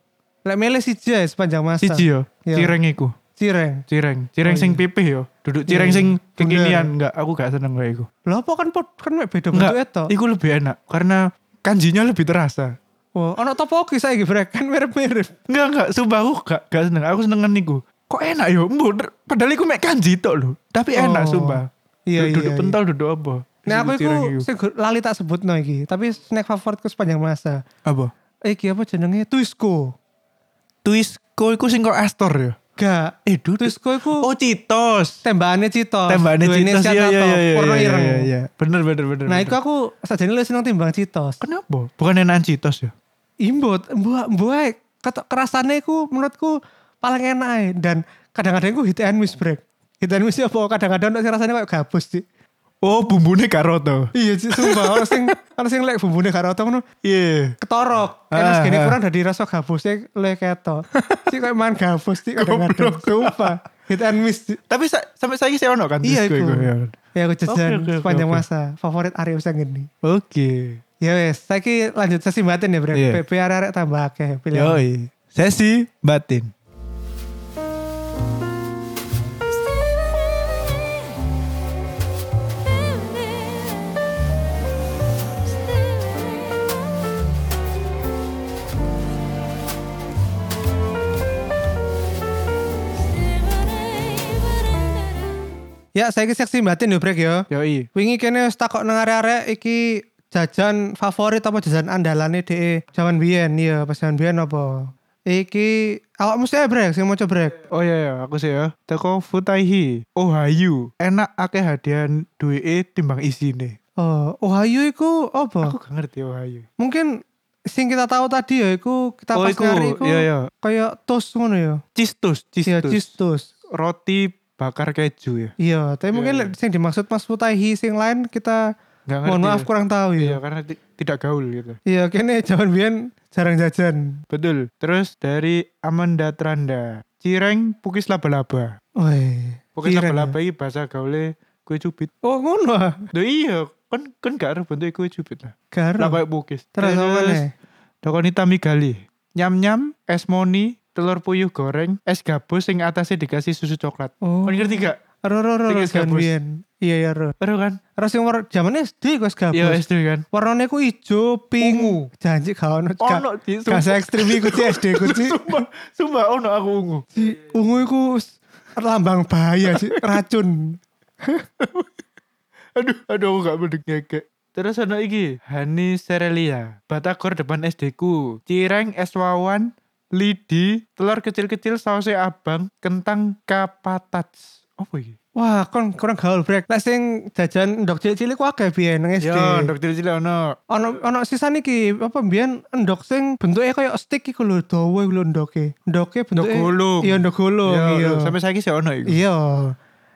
[SPEAKER 3] Lek milih siji ae sepanjang masa.
[SPEAKER 1] Siji ya,
[SPEAKER 3] Iya.
[SPEAKER 1] cireng iku.
[SPEAKER 3] Cireng.
[SPEAKER 1] Cireng, cireng sing pipih yo. Duduk cireng
[SPEAKER 3] Iya,
[SPEAKER 1] sing
[SPEAKER 3] iya.
[SPEAKER 1] kekinian enggak, aku gak seneng kayak iku.
[SPEAKER 3] Lah apa kan pod- kan mek beda bentuk
[SPEAKER 1] Enggak,
[SPEAKER 3] eto.
[SPEAKER 1] iku lebih enak karena kanjinya lebih terasa.
[SPEAKER 3] Wah, ono topoki saiki brek kan mirip-mirip.
[SPEAKER 1] Enggak, enggak, sumpah aku gak, gak seneng. Aku senengan niku. Kok enak yo, mbok. ter- Padahal iku mek kanji tok lho. Tapi enak
[SPEAKER 3] Oh.
[SPEAKER 1] sumpah.
[SPEAKER 3] Iya,
[SPEAKER 1] duduk,
[SPEAKER 3] iya, iya.
[SPEAKER 1] pentol duduk apa? gitu.
[SPEAKER 3] Nah aku
[SPEAKER 1] Cireng
[SPEAKER 3] itu sing gur- lali tak sebut iki, tapi snack favoritku sepanjang masa.
[SPEAKER 1] apa?
[SPEAKER 3] Iki apa jenenge? Twisco.
[SPEAKER 1] Twisco iku sing kok Astor ya.
[SPEAKER 3] Gak.
[SPEAKER 1] Eh, duduk.
[SPEAKER 3] Twisco iku
[SPEAKER 1] Oh, Citos.
[SPEAKER 3] tembakannya Citos.
[SPEAKER 1] Tembakane
[SPEAKER 3] Duwene
[SPEAKER 1] Citos
[SPEAKER 3] Sian
[SPEAKER 1] iya iya
[SPEAKER 3] Tato,
[SPEAKER 1] iya. iya,
[SPEAKER 3] Warna
[SPEAKER 1] iya,
[SPEAKER 3] ireng.
[SPEAKER 1] iya, iya. Bener bener bener.
[SPEAKER 3] Nah,
[SPEAKER 1] bener.
[SPEAKER 3] iku aku sajane lu seneng timbang Citos.
[SPEAKER 1] kenapa? Bukan enakan Citos ya?
[SPEAKER 3] Imbot, mbuak mbuak kata kerasane iku menurutku paling enak ae. dan kadang-kadang iku hit and miss break. Hit and miss ya apa kadang-kadang nek rasane kayak gabus sih.
[SPEAKER 1] Oh, bumbune karoto.
[SPEAKER 3] Iya, Ci, sumpah. [laughs] Ono sing ono sing lek bumbune karo tau ngono.
[SPEAKER 1] Iya.
[SPEAKER 3] ketorok
[SPEAKER 1] Ah,
[SPEAKER 3] enak gini
[SPEAKER 1] ah.
[SPEAKER 3] kurang dari rasa gabusnya le keto
[SPEAKER 1] [laughs]
[SPEAKER 3] sih kayak main gabus sih kadang-kadang
[SPEAKER 1] Goblok.
[SPEAKER 3] sumpah hit and miss Ci.
[SPEAKER 1] Tapi sa sampai saya sih ono kan
[SPEAKER 3] iya
[SPEAKER 1] Twisco
[SPEAKER 3] itu
[SPEAKER 1] iku, ya.
[SPEAKER 3] ya aku jajan
[SPEAKER 1] Oke, oke, oke,
[SPEAKER 3] sepanjang
[SPEAKER 1] oke.
[SPEAKER 3] masa favorit Arya usang gini
[SPEAKER 1] Oke.
[SPEAKER 3] ya wes saya lanjut sesi batin ya bre
[SPEAKER 1] Iya.
[SPEAKER 3] PP arek tambah akeh pilihan
[SPEAKER 1] Yoi. Sesi batin.
[SPEAKER 3] ya saya seksi batin ya brek ya
[SPEAKER 1] Yoi.
[SPEAKER 3] wingi kene wis takok nang arek-arek iki jajan favorit apa jajan andalane dhewe jaman biyen iya pas jaman biyen apa iki awak mesti ae, brek sing mau coba brek
[SPEAKER 1] Oh iya ya, aku sih ya. Teko Futaihi, Ohio. Enak akeh hadiah duwe timbang isine.
[SPEAKER 3] oh Ohio iku apa
[SPEAKER 1] Aku gak ngerti Ohio.
[SPEAKER 3] mungkin sing kita tahu tadi ya iku kita
[SPEAKER 1] Oh,
[SPEAKER 3] pas
[SPEAKER 1] iku,
[SPEAKER 3] nyari iku
[SPEAKER 1] iya, iya.
[SPEAKER 3] kayak toast ngono ya
[SPEAKER 1] Cistus,
[SPEAKER 3] iya
[SPEAKER 1] cistus.
[SPEAKER 3] cheese toast
[SPEAKER 1] Roti bakar keju ya.
[SPEAKER 3] iya tapi
[SPEAKER 1] Iya,
[SPEAKER 3] mungkin
[SPEAKER 1] iya.
[SPEAKER 3] le- sing dimaksud Mas Putaihi sing lain kita
[SPEAKER 1] Nggak
[SPEAKER 3] mohon
[SPEAKER 1] ngerti
[SPEAKER 3] maaf
[SPEAKER 1] ya.
[SPEAKER 3] kurang tahu
[SPEAKER 1] Iya,
[SPEAKER 3] ya
[SPEAKER 1] karena ti- tidak gaul gitu.
[SPEAKER 3] iya kene jaman biyen jarang jajan
[SPEAKER 1] Betul. Terus dari Amanda Tranda, cireng pukis laba-laba.
[SPEAKER 3] Woi,
[SPEAKER 1] Pukis
[SPEAKER 3] cireng
[SPEAKER 1] laba-laba
[SPEAKER 3] ya.
[SPEAKER 1] iki bahasa gaule kue cubit.
[SPEAKER 3] Oh ngono
[SPEAKER 1] [laughs]
[SPEAKER 3] ah.
[SPEAKER 1] Duh iya, kan kan gak arep bentuk kue cubit lah. Lah
[SPEAKER 3] Garo.
[SPEAKER 1] kayak pukis.
[SPEAKER 3] Terus apa nih?
[SPEAKER 1] Dokonita Migali. Nyam-nyam, es moni, telur puyuh goreng, es gabus yang atasnya dikasih susu coklat.
[SPEAKER 3] Oh.
[SPEAKER 1] Kan ngerti gak?
[SPEAKER 3] Ro ro ro ro,
[SPEAKER 1] Tiga
[SPEAKER 3] jaman
[SPEAKER 1] gabus.
[SPEAKER 3] biyen. Iya ya ro.
[SPEAKER 1] Aduh kan?
[SPEAKER 3] Terus yang war jamane SD kok
[SPEAKER 1] Iya
[SPEAKER 3] gabus.
[SPEAKER 1] SD kan?
[SPEAKER 3] Warnane ku ijo, pink.
[SPEAKER 1] Ungu.
[SPEAKER 3] Janji gak ono. gak-
[SPEAKER 1] Ono, Ci,
[SPEAKER 3] Gak se ekstrim iku Ci, SD ku Ci.
[SPEAKER 1] Sumpah, sumpah ono aku ungu.
[SPEAKER 3] Si ungu itu lambang bahaya sih racun
[SPEAKER 1] Aduh, aduh aku gak mendeng ngekek. Terus ono iki, Hani Serelia, Batagor depan SD ku, Cireng es wawan, lidi, telur kecil-kecil sausnya abang, kentang kapatats. Apa iki?
[SPEAKER 3] wah kon kurang gaul brek lah sing jajan ndok cilik cilik wae biyen nang SD
[SPEAKER 1] Ya, ndok cilik-cilik ono.
[SPEAKER 3] ono ono sisa niki apa biyen ndok sing bentuke koyo stick iku lho dawa iku lho ndoke ndoke
[SPEAKER 1] Ndok
[SPEAKER 3] bentuke
[SPEAKER 1] gulung.
[SPEAKER 3] iya ndok gulung
[SPEAKER 1] Ya,
[SPEAKER 3] iya
[SPEAKER 1] Sampai saiki sih ono iku.
[SPEAKER 3] iya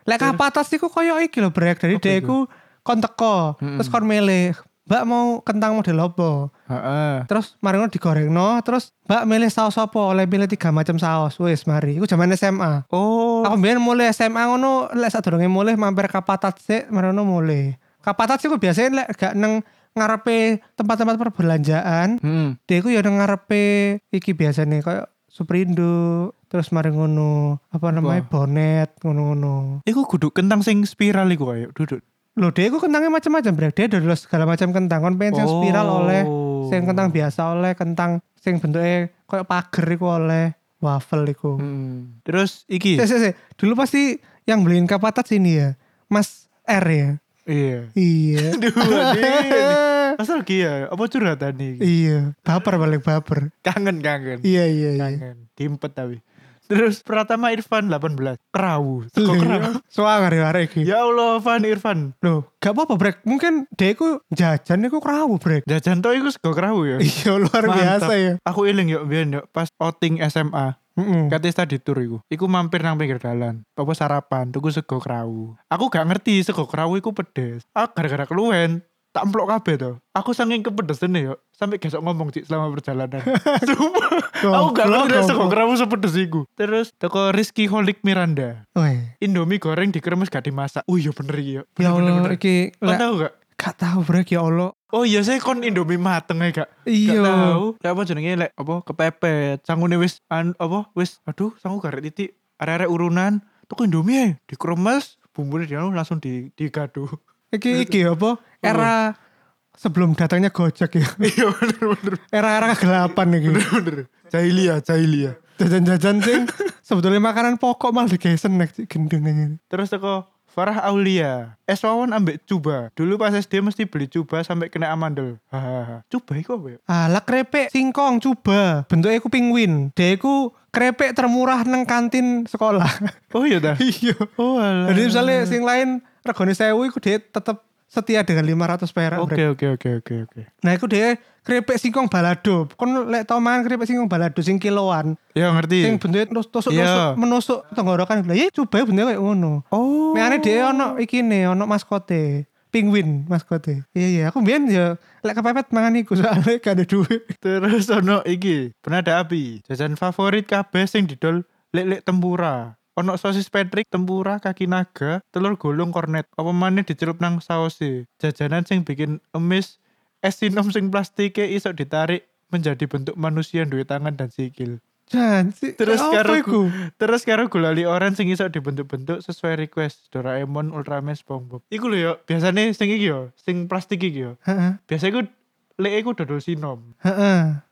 [SPEAKER 3] lek kapatas iku koyo iki lho brek dari dhek iku kon teko terus kon milih Mbak mau kentang model apa?
[SPEAKER 1] Heeh.
[SPEAKER 3] terus mari ngono digorengno terus mbak milih saus apa oleh milih tiga macam saus wis mari iku zaman SMA
[SPEAKER 1] Oh,
[SPEAKER 3] aku biyen mulai SMA ngono lek sadurunge mulai mampir kapatat sik mari ngono mulai kapatat sik ku biasanya lek gak neng ngarepe tempat-tempat perbelanjaan
[SPEAKER 1] Hmm.
[SPEAKER 3] dia iku ya neng ngarepe iki biasanya kayak Superindo terus mari ngono apa namanya bonet ngono-ngono
[SPEAKER 1] Iku kudu kentang sing spiral iku ayo duduk.
[SPEAKER 3] Loh dia iku kentangnya macam-macam brek. Dia ada segala macam kentang. Kon pengen sing spiral
[SPEAKER 1] Oh.
[SPEAKER 3] oleh, sing kentang biasa oleh, kentang sing bentuknya kayak pager iku oleh, waffle iku.
[SPEAKER 1] Hmm.
[SPEAKER 3] Hmm.
[SPEAKER 1] Terus iki.
[SPEAKER 3] Sik, sik, sik. Dulu pasti yang beliin kapatat sini ya. Mas R ya. [laughs]
[SPEAKER 1] Iya.
[SPEAKER 3] Iya.
[SPEAKER 1] [laughs] Aduh, adik. Asal kia, apa curhatan nih?
[SPEAKER 3] iya, baper balik baper.
[SPEAKER 1] Kangen kangen.
[SPEAKER 3] Iya iya iya.
[SPEAKER 1] Kangen. Dimpet tapi. Terus Pratama Irfan 18. Kerawu. Kok
[SPEAKER 3] Lho,
[SPEAKER 1] kerawu?
[SPEAKER 3] Suangar ya arek iki.
[SPEAKER 1] Ya Allah, Van Irfan.
[SPEAKER 3] Loh, gak apa-apa brek. Mungkin dia iku jajan iku kerawu brek.
[SPEAKER 1] [laughs] Jajan toh iku sego kerawu ya.
[SPEAKER 3] Iya luar biasa
[SPEAKER 1] Mantap.
[SPEAKER 3] ya.
[SPEAKER 1] Aku iling yuk biyen yuk pas outing SMA.
[SPEAKER 3] Mm-mm.
[SPEAKER 1] Kate study tour iku. Iku mampir nang pinggir dalan. Apa sarapan, tuku sego krawu. Aku gak ngerti sego krawu iku pedes. Aku Ah, gara-gara keluwen tak emplok kabeh to. Aku saking kepedesan ya, sampai gak sok ngomong sih selama
[SPEAKER 3] [laughs]
[SPEAKER 1] perjalanan. Sumpah, aku gak ngerti
[SPEAKER 3] Goblok,
[SPEAKER 1] rasa kok
[SPEAKER 3] goblok.
[SPEAKER 1] keramu sepedes iku. Terus toko Rizky Holik Miranda.
[SPEAKER 3] Weh,
[SPEAKER 1] Indomie goreng dikremes gak dimasak. Uh ya bener iki ya.
[SPEAKER 3] ya
[SPEAKER 1] Bener,
[SPEAKER 3] Allah,
[SPEAKER 1] bener, bener.
[SPEAKER 3] iki
[SPEAKER 1] Kau
[SPEAKER 3] lek
[SPEAKER 1] tahu gak?
[SPEAKER 3] gak tahu brek ya Allah.
[SPEAKER 1] Oh iya saya kon Indomie mateng ae gak? Gak
[SPEAKER 3] Iya.
[SPEAKER 1] tahu. Lek apa jenenge lek apa kepepet. Sangune wis an, apa wis aduh sangu garet titik arek-arek urunan toko Indomie ae dikremes bumbunya di anu, langsung di digaduh.
[SPEAKER 3] Iki iki ya apa? Era sebelum datangnya Gojek ya.
[SPEAKER 1] [laughs] Iya bener bener
[SPEAKER 3] Era-era kegelapan iki.
[SPEAKER 1] bener. Jahiliyah, jahiliyah.
[SPEAKER 3] Jajan-jajan sing sebetulnya makanan pokok malah digesen nek cik, gendeng aja.
[SPEAKER 1] [laughs] Terus teko Farah Aulia, es wawan ambek cuba. Dulu pas SD mesti beli cuba sampai kena amandel. Hahaha. Cuba iku apa ya?
[SPEAKER 3] Ala Ah, krepek singkong coba. Bentuknya ku penguin. Dia ku krepek termurah neng kantin sekolah. [laughs]
[SPEAKER 1] Oh [laughs] iya dah.
[SPEAKER 3] iya.
[SPEAKER 1] Oh alah.
[SPEAKER 3] Jadi misalnya sing lain regane 1000 iku dia tetep setia dengan 500 perak.
[SPEAKER 1] Oke
[SPEAKER 3] Brek.
[SPEAKER 1] oke oke oke oke.
[SPEAKER 3] Nah, iku dia krepek singkong balado. Kon lek tau mangan krepek singkong balado sing kiloan.
[SPEAKER 1] Ya ngerti.
[SPEAKER 3] Sing bentuknya nus- tusuk-tusuk,
[SPEAKER 1] Iya.
[SPEAKER 3] menusuk tenggorokan. Lah, ya coba bentuknya kayak ngono.
[SPEAKER 1] Oh.
[SPEAKER 3] Mekane dhewe ono iki ne, ono maskote. Penguin maskote. Iya iya, aku mbiyen ya lek kepepet mangan iku soalnya gak ada duit.
[SPEAKER 1] Terus ono iki, penada api. Jajan favorit kabeh sing didol lek-lek tempura. Ono sosis Patrick, tempura, kaki naga, telur gulung, kornet. Apa maneh dicelup nang saus Jajanan sing bikin emis, es sinom sing plastike iso ditarik menjadi bentuk manusia duwe tangan dan sikil.
[SPEAKER 3] Jan, si-
[SPEAKER 1] Terus
[SPEAKER 3] apa
[SPEAKER 1] karo
[SPEAKER 3] iku?
[SPEAKER 1] terus karo gulali orange sing iso dibentuk-bentuk sesuai request Doraemon, Ultraman, SpongeBob. Iku lho yo, biasane sing iki yo, sing plastik iki yo.
[SPEAKER 3] Heeh,
[SPEAKER 1] Biasane iku lek iku dodol sinom.
[SPEAKER 3] heeh.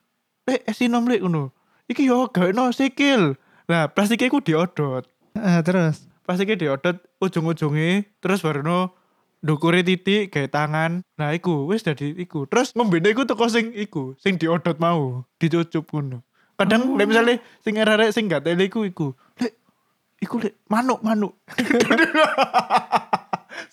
[SPEAKER 1] lek es Eh, sinom lek ngono. Iki yo gawe no sikil. Nah, plastiknya ku diodot.
[SPEAKER 3] Heeh, terus.
[SPEAKER 1] Plastiknya diodot ujung-ujungnya terus baru no dukure titik kayak tangan. Nah, iku wis dadi iku. Terus ngombene iku teko sing iku, sing diodot mau, dicucup ngono. Kadang lek misale sing arek sing gak tele iku iku. Lek iku lek manuk manuk. [laughs]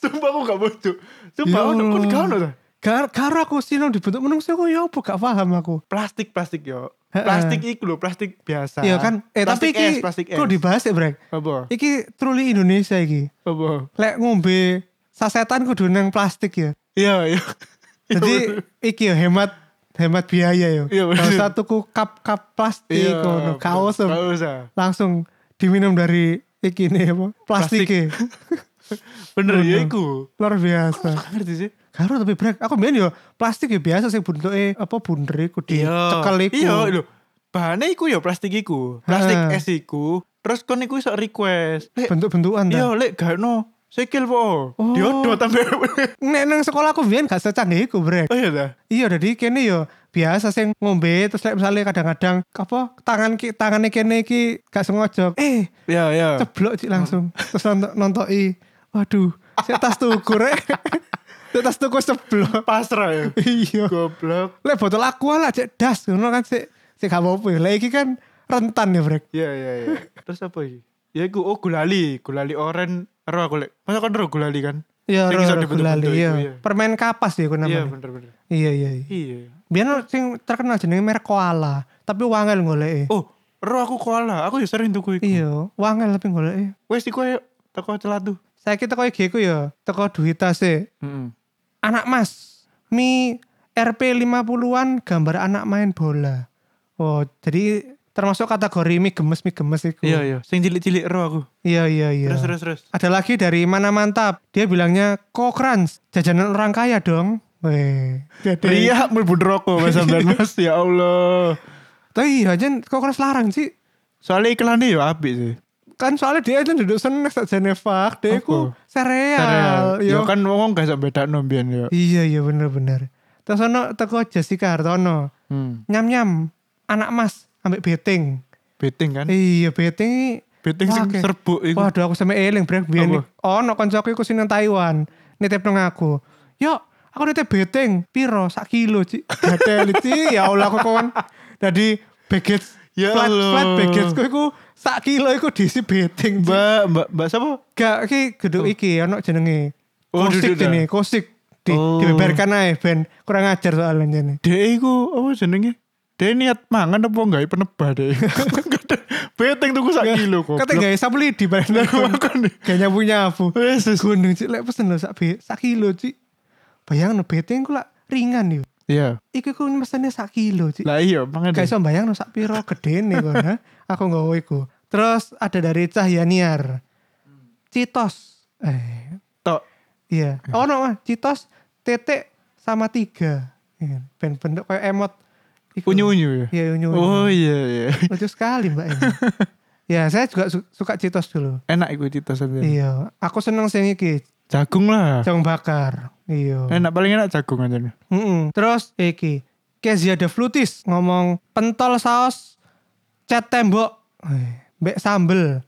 [SPEAKER 1] Sumpah aku gak bocok. Sumpah
[SPEAKER 3] Ya
[SPEAKER 1] aku kon
[SPEAKER 3] Allah.
[SPEAKER 1] gak ono ta.
[SPEAKER 3] Gar- Karo aku sinom dibentuk menungso aku ya apa gak paham aku.
[SPEAKER 1] Plastik-plastik yo.
[SPEAKER 3] Heeh.
[SPEAKER 1] Plastik iku lho, plastik biasa.
[SPEAKER 3] Iya kan? Eh tapi
[SPEAKER 1] Plastik
[SPEAKER 3] iki
[SPEAKER 1] es, plastik es.
[SPEAKER 3] kok dibahas ya, Brek?
[SPEAKER 1] Apa?
[SPEAKER 3] Iki truly Indonesia iki.
[SPEAKER 1] Apa?
[SPEAKER 3] Lek ngombe sasetan kudu nang plastik ya.
[SPEAKER 1] [laughs] Iya, iya.
[SPEAKER 3] [laughs] Jadi iki yo hemat hemat biaya ya. yo.
[SPEAKER 1] Iya, bener.
[SPEAKER 3] Gak usah tuku cup-cup
[SPEAKER 1] Iya.
[SPEAKER 3] plastik ngono, gak usah.
[SPEAKER 1] Gak usah.
[SPEAKER 3] Langsung diminum dari iki nih apa?
[SPEAKER 1] Plastik.
[SPEAKER 3] Plastiknya.
[SPEAKER 1] Bener ya
[SPEAKER 3] Bener.
[SPEAKER 1] iku.
[SPEAKER 3] Luar biasa.
[SPEAKER 1] Gak ngerti sih.
[SPEAKER 3] Karo tapi brek, aku main yo plastik yo biasa sih bentuke apa bunder iku dicekel iku.
[SPEAKER 1] Iya, lho. Bahannya iku ya plastik iku. Plastik
[SPEAKER 3] Heeh.
[SPEAKER 1] es iku. Terus kon iku iso request. Lek,
[SPEAKER 3] Bentuk-bentukan ta.
[SPEAKER 1] iya, lek gak no. Sikil po.
[SPEAKER 3] Oh.
[SPEAKER 1] Diodot sampe.
[SPEAKER 3] Nek nang sekolah aku biyen gak secanggih iku brek.
[SPEAKER 1] [laughs] Oh iya dah.
[SPEAKER 3] Iya jadi kene yo biasa sing ngombe terus like, misalnya kadang-kadang apa tangan ki tangannya kene ki gak sengaja eh
[SPEAKER 1] Iya, iya.
[SPEAKER 3] ceblok cik langsung terus nonton nontoki waduh saya tas tuku rek [laughs] Sik tas tuku ceblok
[SPEAKER 1] Pasrah ya.
[SPEAKER 3] [laughs] iya
[SPEAKER 1] Goblok.
[SPEAKER 3] lek botol aqua lah cek das ngono kan sik sik gak apa-apa lek iki kan rentan ya brek
[SPEAKER 1] Iya, iya, iya. [laughs] Terus apa iki? Ya iku oh gulali, gulali oren. Ero aku lek. Masa kon ero gulali kan?
[SPEAKER 3] iya
[SPEAKER 1] Sing iso
[SPEAKER 3] ro- ro-
[SPEAKER 1] dibentuk-bentuk
[SPEAKER 3] gulali
[SPEAKER 1] iku,
[SPEAKER 3] iya
[SPEAKER 1] iya.
[SPEAKER 3] permen kapas ya iku
[SPEAKER 1] Iya,
[SPEAKER 3] namanya
[SPEAKER 1] bener-bener.
[SPEAKER 3] iya iya iya
[SPEAKER 1] Iya.
[SPEAKER 3] biyen sing terkenal jenenge merek koala tapi wangel goleke
[SPEAKER 1] Oh, ero aku koala. Aku ya sering tuku iku.
[SPEAKER 3] iya wangel tapi goleke
[SPEAKER 1] Wes iku ayo teko celatu.
[SPEAKER 3] saya kita kau IG ku ya teko duita sih
[SPEAKER 1] Heeh.
[SPEAKER 3] anak mas mi RP 50-an gambar anak main bola oh jadi termasuk kategori mi gemes mi gemes iku
[SPEAKER 1] Iya iya, sing cilik-cilik ero aku.
[SPEAKER 3] iya iya iya.
[SPEAKER 1] Terus terus terus.
[SPEAKER 3] ada lagi dari mana mantap dia bilangnya kokrans jajanan orang kaya dong Weh, jadi
[SPEAKER 1] Ria mlebu neraka Mas Hamdan Mas ya Allah.
[SPEAKER 3] tapi iya jen kokrans larang sih
[SPEAKER 1] Soalnya iklannya ya apik sih.
[SPEAKER 3] kan soalnya dia aja duduk seneng sak Geneva dia ku
[SPEAKER 1] Apa?
[SPEAKER 3] sereal
[SPEAKER 1] Ya
[SPEAKER 3] yo
[SPEAKER 1] kan wong gak iso bedakno mbiyen ya.
[SPEAKER 3] iya iya bener-bener terus ono teko Jessica Hartono
[SPEAKER 1] Hmm.
[SPEAKER 3] nyam nyam anak mas ambek betting
[SPEAKER 1] Beting kan.
[SPEAKER 3] iya betting ini-
[SPEAKER 1] Betting sing
[SPEAKER 3] Wah,
[SPEAKER 1] serbuk iku.
[SPEAKER 3] waduh aku sampe eling brek biyen
[SPEAKER 1] Apa?
[SPEAKER 3] iki. ono koncoku iku sing nang Taiwan nitip nang aku yo aku nitip betting piro sak kilo cik gatel cik ya Allah aku kawan jadi baggage
[SPEAKER 1] Ya
[SPEAKER 3] flat,
[SPEAKER 1] Allah.
[SPEAKER 3] flat baggage ku iku sak kilo iku diisi betting cik.
[SPEAKER 1] Mbak, Mbak, Mbak sapa?
[SPEAKER 3] gak iki gedung iki ono jenenge
[SPEAKER 1] Oh,
[SPEAKER 3] kosik
[SPEAKER 1] duduk dah.
[SPEAKER 3] jenenge kosik di,
[SPEAKER 1] Oh.
[SPEAKER 3] dibeberkan aja ben kurang ajar soalnya ini
[SPEAKER 1] Dek iku apa jenenge? Dek niat mangan apa gawe penebah dek. [laughs] Beting tuku sak kilo kok.
[SPEAKER 3] Kata gak bisa beli di barang
[SPEAKER 1] [laughs] Lah, makanya.
[SPEAKER 3] Gak nyapu nyapu.
[SPEAKER 1] Yesus.
[SPEAKER 3] Gunung cik, lek pesen lo sak bi- sak kilo cik. bayang no beteng ku lah ringan yo
[SPEAKER 1] Iya.
[SPEAKER 3] iku ku mesene sak kilo Cik.
[SPEAKER 1] Lah iya, mangan.
[SPEAKER 3] Gak iso bayang sak piro gede nih kok ha? Aku nggawa iku. Terus ada dari Cahyaniar. Citos. Eh,
[SPEAKER 1] tok.
[SPEAKER 3] iya. Oh no, Mas. Citos titik sama tiga. Iya, Ben bentuk kayak emot. Iku.
[SPEAKER 1] Unyu-unyu ya.
[SPEAKER 3] Iya, unyu-unyu.
[SPEAKER 1] Oh iya [laughs] iya.
[SPEAKER 3] Lucu sekali mbak
[SPEAKER 1] [laughs]
[SPEAKER 3] ini. ya saya juga su- suka Citos dulu.
[SPEAKER 1] Enak iku citasannya.
[SPEAKER 3] Iya. Aku seneng sing iki.
[SPEAKER 1] Jagung lah.
[SPEAKER 3] Jong bakar. Iya.
[SPEAKER 1] Enak paling enak jagung aja nih.
[SPEAKER 3] Mm-mm. Terus iki Kezia de Flutis ngomong pentol saus cat tembok. Eh, Mbek sambel.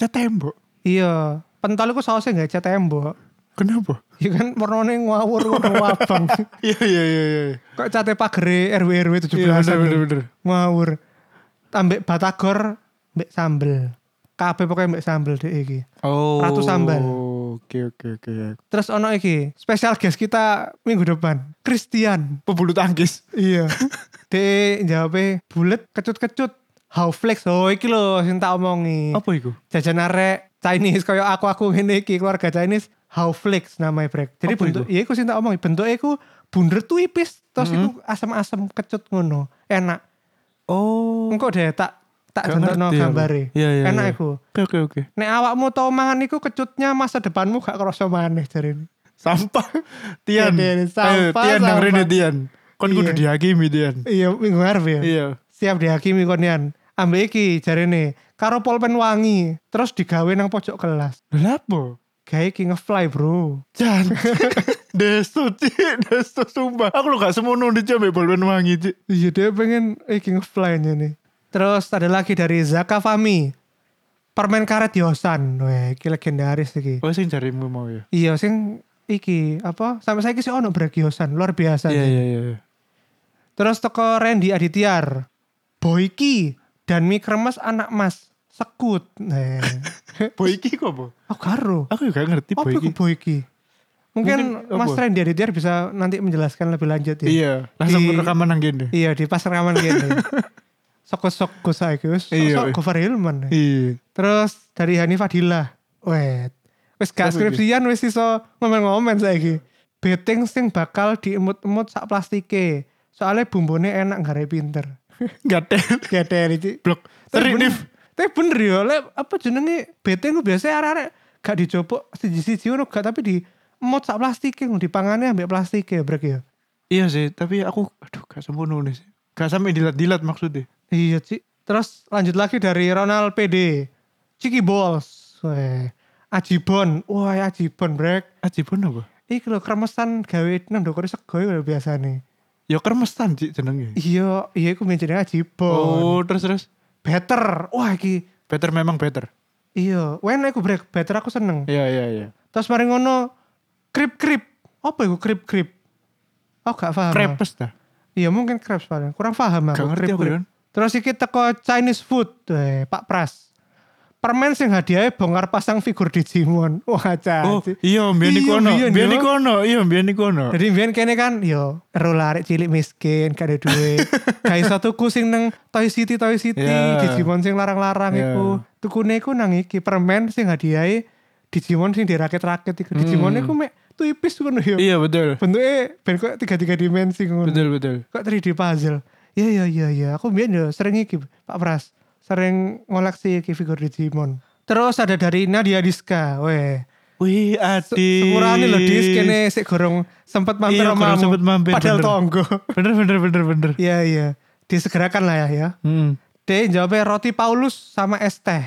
[SPEAKER 1] Cat tembok.
[SPEAKER 3] Iya, pentol iku sausnya nggak cat tembok.
[SPEAKER 1] Kenapa?
[SPEAKER 3] Ya kan warnane ngawur warna wabang.
[SPEAKER 1] [laughs] Iya iya iya iya.
[SPEAKER 3] Kok cate pagere RW RW
[SPEAKER 1] Iya
[SPEAKER 3] 17
[SPEAKER 1] bener bener bener.
[SPEAKER 3] Ngawur. Ambek batagor mbek sambel. Kabeh pokoknya mbek sambel deh iki.
[SPEAKER 1] Oh.
[SPEAKER 3] Ratu sambal.
[SPEAKER 1] Oke oke oke.
[SPEAKER 3] Terus ono iki, spesial guest kita minggu depan, Christian.
[SPEAKER 1] Pebulu tangkis. [laughs]
[SPEAKER 3] Iya. De jawabnya bulet kecut-kecut. How flex oh iki lho sing tak omongi.
[SPEAKER 1] Apa iku?
[SPEAKER 3] Jajan arek Chinese koyo aku-aku ngene iki keluarga Chinese how flex namanya brek. Jadi
[SPEAKER 1] Apa
[SPEAKER 3] bentuk
[SPEAKER 1] iku?
[SPEAKER 3] iya iku sing tak omongi bentuke iku bunder tuipis terus iku
[SPEAKER 1] Mm-hmm.
[SPEAKER 3] asem-asem kecut ngono. Enak.
[SPEAKER 1] Oh.
[SPEAKER 3] Engko deh tak tak
[SPEAKER 1] Gak
[SPEAKER 3] jenterno
[SPEAKER 1] ngerti aku.
[SPEAKER 3] gambare.
[SPEAKER 1] Iya, iya,
[SPEAKER 3] Enak
[SPEAKER 1] iya.
[SPEAKER 3] iku.
[SPEAKER 1] Oke oke oke.
[SPEAKER 3] Nek awakmu tau mangan iku kecutnya masa depanmu gak kerasa maneh jarene.
[SPEAKER 1] Sampah. Tian.
[SPEAKER 3] Tian, sampah,
[SPEAKER 1] Ayo, Tian yang
[SPEAKER 3] sampah.
[SPEAKER 1] rene Tian. Kon
[SPEAKER 3] Iya.
[SPEAKER 1] kudu dihakimi Tian.
[SPEAKER 3] Iya minggu ngarep ya.
[SPEAKER 1] Iya.
[SPEAKER 3] siap dihakimi konian ambek iki jarene karo polpen wangi terus digawe nang pojok kelas
[SPEAKER 1] Kenapa?
[SPEAKER 3] gawe iki ngefly bro [laughs]
[SPEAKER 1] Jan. Deso cik, deso sumpah. Aku lo gak semono di jam bolpen wangi cik.
[SPEAKER 3] iya dia pengen iki ngefly nih terus ada lagi dari Zaka Fami permen karet Yosan weh iki legendaris iki
[SPEAKER 1] Oh sing jarimu mau ya?
[SPEAKER 3] iya sing iki apa sampai saya sih ono brek Yosan luar biasa
[SPEAKER 1] Iya
[SPEAKER 3] sih.
[SPEAKER 1] iya iya.
[SPEAKER 3] terus teko Randy Adityar Boyki dan mie kremes anak mas sekut
[SPEAKER 1] [laughs]
[SPEAKER 3] eh
[SPEAKER 1] Boy iki kok apa?
[SPEAKER 3] aku karo
[SPEAKER 1] Aku juga gak ngerti
[SPEAKER 3] apa
[SPEAKER 1] Oh, boy
[SPEAKER 3] itu
[SPEAKER 1] iki.
[SPEAKER 3] boy iki? Mungkin,
[SPEAKER 1] Mungkin
[SPEAKER 3] Mas
[SPEAKER 1] apa?
[SPEAKER 3] Randy Aditya bisa nanti menjelaskan lebih lanjut ya.
[SPEAKER 1] Iya, langsung
[SPEAKER 3] Di-
[SPEAKER 1] rekaman nang kene.
[SPEAKER 3] Iya, di pas rekaman gitu.
[SPEAKER 1] [laughs]
[SPEAKER 3] Sok-sok gue saiki wis
[SPEAKER 1] Iya.
[SPEAKER 3] sok cover Hilman.
[SPEAKER 1] Iya.
[SPEAKER 3] Terus dari Hani Fadila. Wet. Wis gak
[SPEAKER 1] Apa iki?
[SPEAKER 3] skripsian wis iso ngomen-ngomen saiki. Betting sing bakal diemut-emut sak plastike. Soalnya bumbune enak gak
[SPEAKER 1] [laughs]
[SPEAKER 3] pinter.
[SPEAKER 1] Gak ada.
[SPEAKER 3] Gak ada iki.
[SPEAKER 1] Blok.
[SPEAKER 3] Tapi bener-
[SPEAKER 1] Terif.
[SPEAKER 3] Tapi bener ya, lek apa jenenge beteng ku biasanya arek-arek gak dicopok siji-siji ngono gak tapi di emot sak plastik ngono dipangane ambek plastik ya brek ya.
[SPEAKER 1] Iya sih, tapi aku aduh gak sempurna nih sih. Gak sampai dilat-dilat maksudnya.
[SPEAKER 3] Iya, Ci. Terus lanjut lagi dari Ronald PD. Ciki Balls. Weh. Ajibon. Wah, Ajibon brek.
[SPEAKER 1] Ajibon apa?
[SPEAKER 3] Iki lho kremesan gawe nang ndokore sego iku lho biasane.
[SPEAKER 1] Ya kermesan sih jenengnya.
[SPEAKER 3] Iya, iya iku menjadi Ajibon.
[SPEAKER 1] Oh, terus terus.
[SPEAKER 3] Better. Wah, iki
[SPEAKER 1] Better memang better.
[SPEAKER 3] Iya, wen aku brek better aku seneng.
[SPEAKER 1] Iya iya iya.
[SPEAKER 3] Terus mari ngono krip krip. Apa iku krip krip? Oh gak paham.
[SPEAKER 1] Krepes dah.
[SPEAKER 3] Iya mungkin crepes paling. Kurang paham aku.
[SPEAKER 1] Gak ngerti aku,
[SPEAKER 3] krip-krip.
[SPEAKER 1] Yon.
[SPEAKER 3] Terus iki teko Chinese food. Eh, Pak Pras. Permen sing hadiahnya bongkar pasang figur Digimon. [laughs] Wah, cah.
[SPEAKER 1] Oh, iya mbiyen iku ono. Mbiyen iku ono. Iya mbiyen iku ono.
[SPEAKER 3] Jadi mbiyen kene kan yo ero arek cilik miskin, gak ada
[SPEAKER 1] [laughs]
[SPEAKER 3] duit. Kayak iso tuku sing nang Toy City, Toy City,
[SPEAKER 1] Ya.
[SPEAKER 3] Digimon sing larang-larang
[SPEAKER 1] Ya.
[SPEAKER 3] iku. Tukune iku nang iki permen sing hadiahe Digimon sing dirakit-rakit iku. Digimon iku mek tipis ngono yo.
[SPEAKER 1] Hmm. Iya betul.
[SPEAKER 3] Bentuknya ben kok tiga-tiga dimensi ngono.
[SPEAKER 1] Betul betul.
[SPEAKER 3] Kok 3D puzzle. Iya iya iya iya, aku mbiyen yo sering iki Pak Pras, sering ngoleksi iki figur Digimon. Terus ada dari Nadia Diska, weh.
[SPEAKER 1] Wih, Adi.
[SPEAKER 3] Sepurane lho dis kene sik gorong sempat mampir
[SPEAKER 1] Iya, gorong
[SPEAKER 3] omamu.
[SPEAKER 1] sempet mampir,
[SPEAKER 3] Padahal
[SPEAKER 1] bener.
[SPEAKER 3] tonggo. [laughs]
[SPEAKER 1] Bener bener bener bener.
[SPEAKER 3] Iya iya. Disegerakan lah ya ya.
[SPEAKER 1] Hmm.
[SPEAKER 3] Dia jawabnya roti Paulus sama es teh.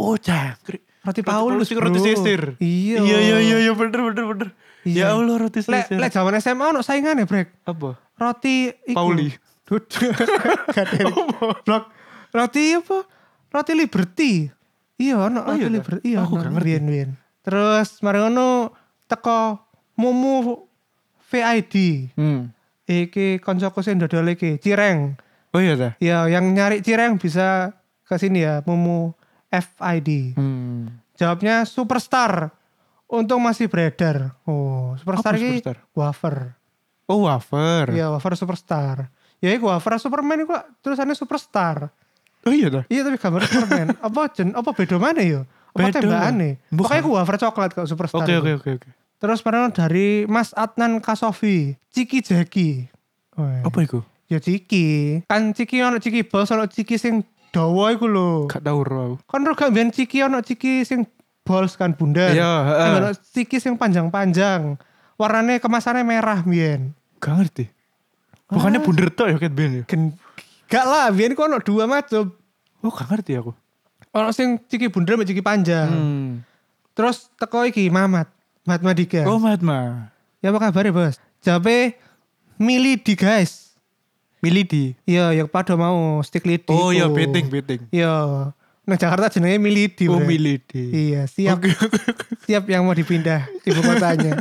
[SPEAKER 1] Oh, jangkrik.
[SPEAKER 3] Roti Paulus,
[SPEAKER 1] iku roti
[SPEAKER 3] bro.
[SPEAKER 1] sisir.
[SPEAKER 3] Iya.
[SPEAKER 1] Iya iya iya iya bener bener bener. Ya Allah roti
[SPEAKER 3] Lek
[SPEAKER 1] sisir.
[SPEAKER 3] lek zaman SMA ono saingan ya, Brek.
[SPEAKER 1] apa?
[SPEAKER 3] Roti iku.
[SPEAKER 1] Pauli.
[SPEAKER 3] Duduk. Gak ada. Blok. Roti apa? Roti Liberty. Iya ono roti
[SPEAKER 1] iya, dah.
[SPEAKER 3] Liberty. Iya.
[SPEAKER 1] Aku
[SPEAKER 3] ono.
[SPEAKER 1] gak ngerti.
[SPEAKER 3] Biyen, biyen. Terus mari ngono teko Mumu VID.
[SPEAKER 1] Hmm.
[SPEAKER 3] iki koncoku sing dodol iki cireng
[SPEAKER 1] Oh iya dah.
[SPEAKER 3] ya yang nyari cireng bisa ke sini ya mumu FID
[SPEAKER 1] Hmm.
[SPEAKER 3] jawabnya superstar untung masih beredar oh superstar
[SPEAKER 1] Apa
[SPEAKER 3] iki
[SPEAKER 1] superstar?
[SPEAKER 3] wafer
[SPEAKER 1] Oh, wafer.
[SPEAKER 3] ya wafer superstar ya iku wafer superman iku lah, tulisannya superstar
[SPEAKER 1] Oh iya dah.
[SPEAKER 3] iya tapi gambar superman apa jen apa beda mana ya apa
[SPEAKER 1] Beda.
[SPEAKER 3] tembakan nih
[SPEAKER 1] Bukan.
[SPEAKER 3] pokoknya iku wafer coklat kok superstar
[SPEAKER 1] Oke
[SPEAKER 3] iku.
[SPEAKER 1] oke oke oke.
[SPEAKER 3] Terus pernah dari Mas Adnan Kasofi, Ciki Jeki. Weh.
[SPEAKER 1] Apa iku?
[SPEAKER 3] Ya Ciki. Kan Ciki ono Ciki bos, ono Ciki sing dawa iku lho.
[SPEAKER 1] Gak tau ro aku.
[SPEAKER 3] Kan roh gak mbiyen Ciki ono Ciki sing bols kan bundar.
[SPEAKER 1] Iya, heeh.
[SPEAKER 3] Kan ono Ciki sing panjang-panjang. Warnanya kemasannya merah mbiyen.
[SPEAKER 1] Gak ngerti. Bukannya bunder tok ya Cat Ben ya?
[SPEAKER 3] Gen gak lah, mbiyen ku ono dua macam.
[SPEAKER 1] Oh gak ngerti aku.
[SPEAKER 3] Ono sing Ciki bundar sama Ciki panjang.
[SPEAKER 1] Hmm.
[SPEAKER 3] Terus teko iki Mamat. Mamat Madika.
[SPEAKER 1] Oh Matma.
[SPEAKER 3] Ya apa kabar bos? Jape milih di guys.
[SPEAKER 1] Milih di.
[SPEAKER 3] Ya, yang pada mau stick lidi.
[SPEAKER 1] Oh ya
[SPEAKER 3] ku.
[SPEAKER 1] beting beting.
[SPEAKER 3] Ya, nah Jakarta jenenge milidi.
[SPEAKER 1] Oh
[SPEAKER 3] Bre.
[SPEAKER 1] milih di.
[SPEAKER 3] Iya, siap. [laughs] siap yang mau dipindah ibu kotanya.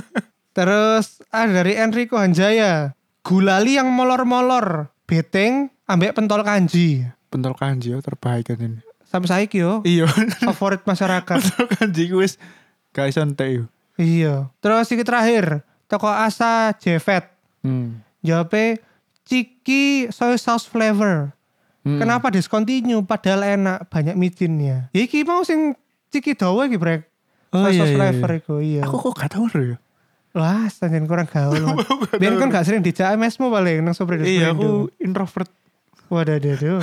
[SPEAKER 3] Terus ah dari Enrico Hanjaya, gulali yang molor-molor, beteng ambek pentol kanji.
[SPEAKER 1] Pentol kanji ya terbaik kan ini.
[SPEAKER 3] Sampai saiki yo
[SPEAKER 1] Iya. [laughs]
[SPEAKER 3] favorit masyarakat.
[SPEAKER 1] Pentol kanji ku wis gak iso entek yo.
[SPEAKER 3] iya. Terus iki terakhir, toko Asa Jevet.
[SPEAKER 1] Hmm.
[SPEAKER 3] Jawabnya Ciki soy sauce flavor.
[SPEAKER 1] Hmm.
[SPEAKER 3] Kenapa discontinue padahal enak banyak micinnya. Ya iki mau sing Ciki dawa iki brek.
[SPEAKER 1] Oh,
[SPEAKER 3] soy
[SPEAKER 1] iya,
[SPEAKER 3] sauce
[SPEAKER 1] iya,
[SPEAKER 3] flavor
[SPEAKER 1] iya.
[SPEAKER 3] iku iya.
[SPEAKER 1] Aku kok gak tau ro ya.
[SPEAKER 3] Lah, sanjen kurang gaul. Mat. Biar kan gak sering dijak MS-mu paling nang Supri
[SPEAKER 1] Iya aku introvert.
[SPEAKER 3] Waduh, aduh,
[SPEAKER 1] [laughs]
[SPEAKER 3] aduh.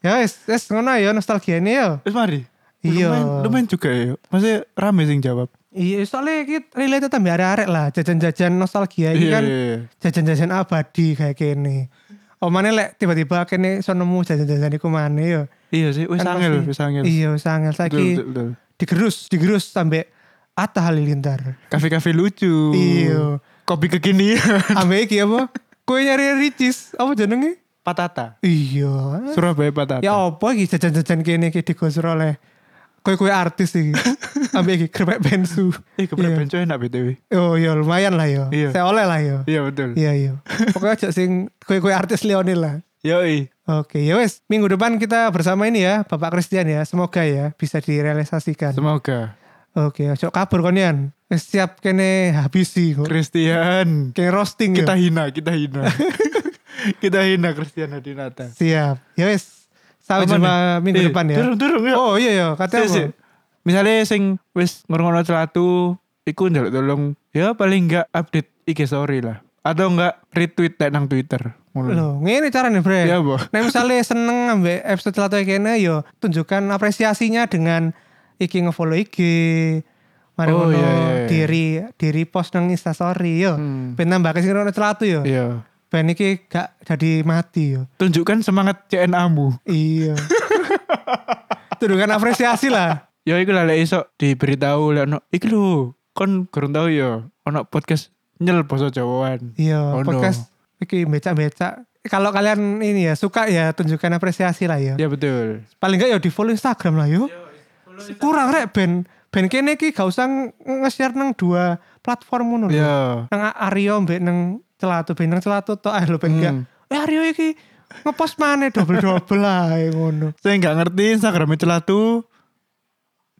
[SPEAKER 3] ya wis, wis ngono ya nostalgiane ya.
[SPEAKER 1] Wis mari.
[SPEAKER 3] Iya.
[SPEAKER 1] Lumayan, lumayan juga ya. Maksudnya rame sing jawab.
[SPEAKER 3] Iya, soalnya iki relate tambah arek-arek lah, jajan-jajan nostalgia iki kan
[SPEAKER 1] iya.
[SPEAKER 3] jajan-jajan abadi kayak kene. Omane lek tiba-tiba kene iso nemu jajan-jajan iku maneh ya.
[SPEAKER 1] Iya sih, wis
[SPEAKER 3] Kan
[SPEAKER 1] angel,
[SPEAKER 3] pasti-
[SPEAKER 1] wis angel.
[SPEAKER 3] Iya, wis angel saiki.
[SPEAKER 1] Betul, betul, betul.
[SPEAKER 3] Digerus, digerus sampai Atta
[SPEAKER 1] [laughs]
[SPEAKER 3] Halilintar.
[SPEAKER 1] Kafe-kafe lucu.
[SPEAKER 3] Iya.
[SPEAKER 1] Kopi kekinian.
[SPEAKER 3] Ambek iki apa? Kue nyari ricis, apa jenenge?
[SPEAKER 1] Patata.
[SPEAKER 3] Iya.
[SPEAKER 1] Surabaya Patata.
[SPEAKER 3] Ya apa iki jajan-jajan kene iki digosur oleh kue-kue artis iki.
[SPEAKER 1] [laughs]
[SPEAKER 3] Ambek iki krepek bensu.
[SPEAKER 1] Eh, keprek
[SPEAKER 3] Iya.
[SPEAKER 1] benco enak BTW.
[SPEAKER 3] Oh, ya lumayan lah yo.
[SPEAKER 1] Iya.
[SPEAKER 3] Saya oleh lah yo.
[SPEAKER 1] Iya, betul.
[SPEAKER 3] Iya, iya. Pokoknya aja sing kue-kue artis Leonil lah.
[SPEAKER 1] Yoi.
[SPEAKER 3] Oke, ya wes. Minggu depan kita bersama ini ya, Bapak Christian ya. Semoga ya bisa direalisasikan.
[SPEAKER 1] Semoga.
[SPEAKER 3] Oke, ojo kabur konian. Wis Siap kene habisi kok.
[SPEAKER 1] Christian.
[SPEAKER 3] Kene roasting
[SPEAKER 1] Kita
[SPEAKER 3] ya.
[SPEAKER 1] hina, kita
[SPEAKER 3] [laughs]
[SPEAKER 1] hina. kita hina Christian Hadinata.
[SPEAKER 3] Siap. Ya wis. Sampai
[SPEAKER 1] Aman
[SPEAKER 3] jumpa minggu
[SPEAKER 1] Eh,
[SPEAKER 3] depan ya.
[SPEAKER 1] Durung, durung ya.
[SPEAKER 3] Oh iya ya, katanya
[SPEAKER 1] Sik, sik. Misalnya sing wis ngurungono celatu, iku njaluk tolong ya paling enggak update IG story lah. Atau enggak retweet tek nang Twitter.
[SPEAKER 3] apa?
[SPEAKER 1] Ngono.
[SPEAKER 3] Loh, ngene carane, Bre.
[SPEAKER 1] Iya,
[SPEAKER 3] [laughs]
[SPEAKER 1] Bo.
[SPEAKER 3] Nah, misalnya seneng ambek episode celatoy kene yo tunjukkan apresiasinya dengan iki ngefollow IG. Mari
[SPEAKER 1] Oh, iya,
[SPEAKER 3] ngono
[SPEAKER 1] iya, iya.
[SPEAKER 3] diri diri post nang Insta story yo.
[SPEAKER 1] Hmm.
[SPEAKER 3] Ben nambah kesing ngono celatu yo.
[SPEAKER 1] Iya.
[SPEAKER 3] Ben iki gak jadi mati yo.
[SPEAKER 1] Tunjukkan semangat CNA-mu. [laughs]
[SPEAKER 3] Iya. Tunjukkan apresiasi lah.
[SPEAKER 1] Ya iku lah lek iso diberitahu lek ono iki lho, kon kurang tahu ya ono podcast nyel basa Jawaan.
[SPEAKER 3] Iya,
[SPEAKER 1] Ono.
[SPEAKER 3] podcast iki becak-becak. Kalau kalian ini ya suka ya tunjukkan apresiasi lah ya.
[SPEAKER 1] Ya betul.
[SPEAKER 3] Paling enggak ya di follow Instagram lah yo. Kurang rek ben ben kene iki gak usah ng- nge-share nang dua platform ngono lho.
[SPEAKER 1] Ya.
[SPEAKER 3] Nang A- Aryo mbek nang Celatu ben nang Celatu tok ah lho ben
[SPEAKER 1] Hmm.
[SPEAKER 3] gak. Eh Aryo iki ngepost maneh double-double lah ngono.
[SPEAKER 1] Saya nggak ngerti Instagram celatu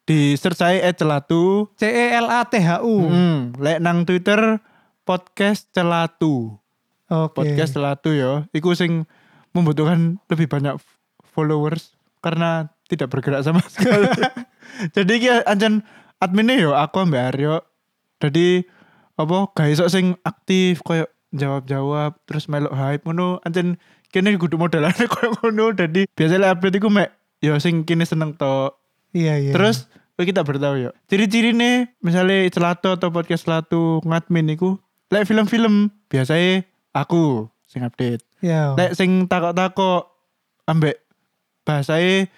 [SPEAKER 1] di search saya at celatu.
[SPEAKER 3] C E L A T H U.
[SPEAKER 1] Hmm, lek nang Twitter podcast celatu.
[SPEAKER 3] Oke.
[SPEAKER 1] Podcast celatu ya. Iku sing membutuhkan lebih banyak followers karena tidak bergerak sama [laughs] sekali. Jadi iki anjen adminnya yo aku Mbak Aryo. Jadi apa guys sok sing aktif koyo jawab-jawab terus melok hype ngono anjen kene kudu modelane [laughs] koyo ngono. Jadi biasanya update iku mek yo sing kene seneng tok.
[SPEAKER 3] Iya iya.
[SPEAKER 1] Terus kowe kita beritahu ya. Ciri-ciri nih misalnya celato atau podcast celatu ngadmin niku lek film-film biasanya aku sing update.
[SPEAKER 3] ya.
[SPEAKER 1] Lek sing takok-takok ambek bahasae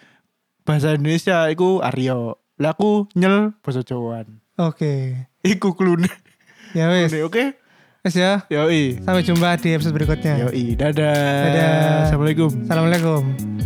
[SPEAKER 1] bahasa Indonesia iku Aryo. Lek aku nyel basa Jawaan.
[SPEAKER 3] Oke.
[SPEAKER 1] Iku klune.
[SPEAKER 3] Ya wes.
[SPEAKER 1] Klune, [laughs] Oke.
[SPEAKER 3] Wes ya.
[SPEAKER 1] Yoi.
[SPEAKER 3] Sampai jumpa di episode berikutnya.
[SPEAKER 1] Yoi. Dadah.
[SPEAKER 3] Dadah.
[SPEAKER 1] Assalamualaikum.
[SPEAKER 3] Assalamualaikum.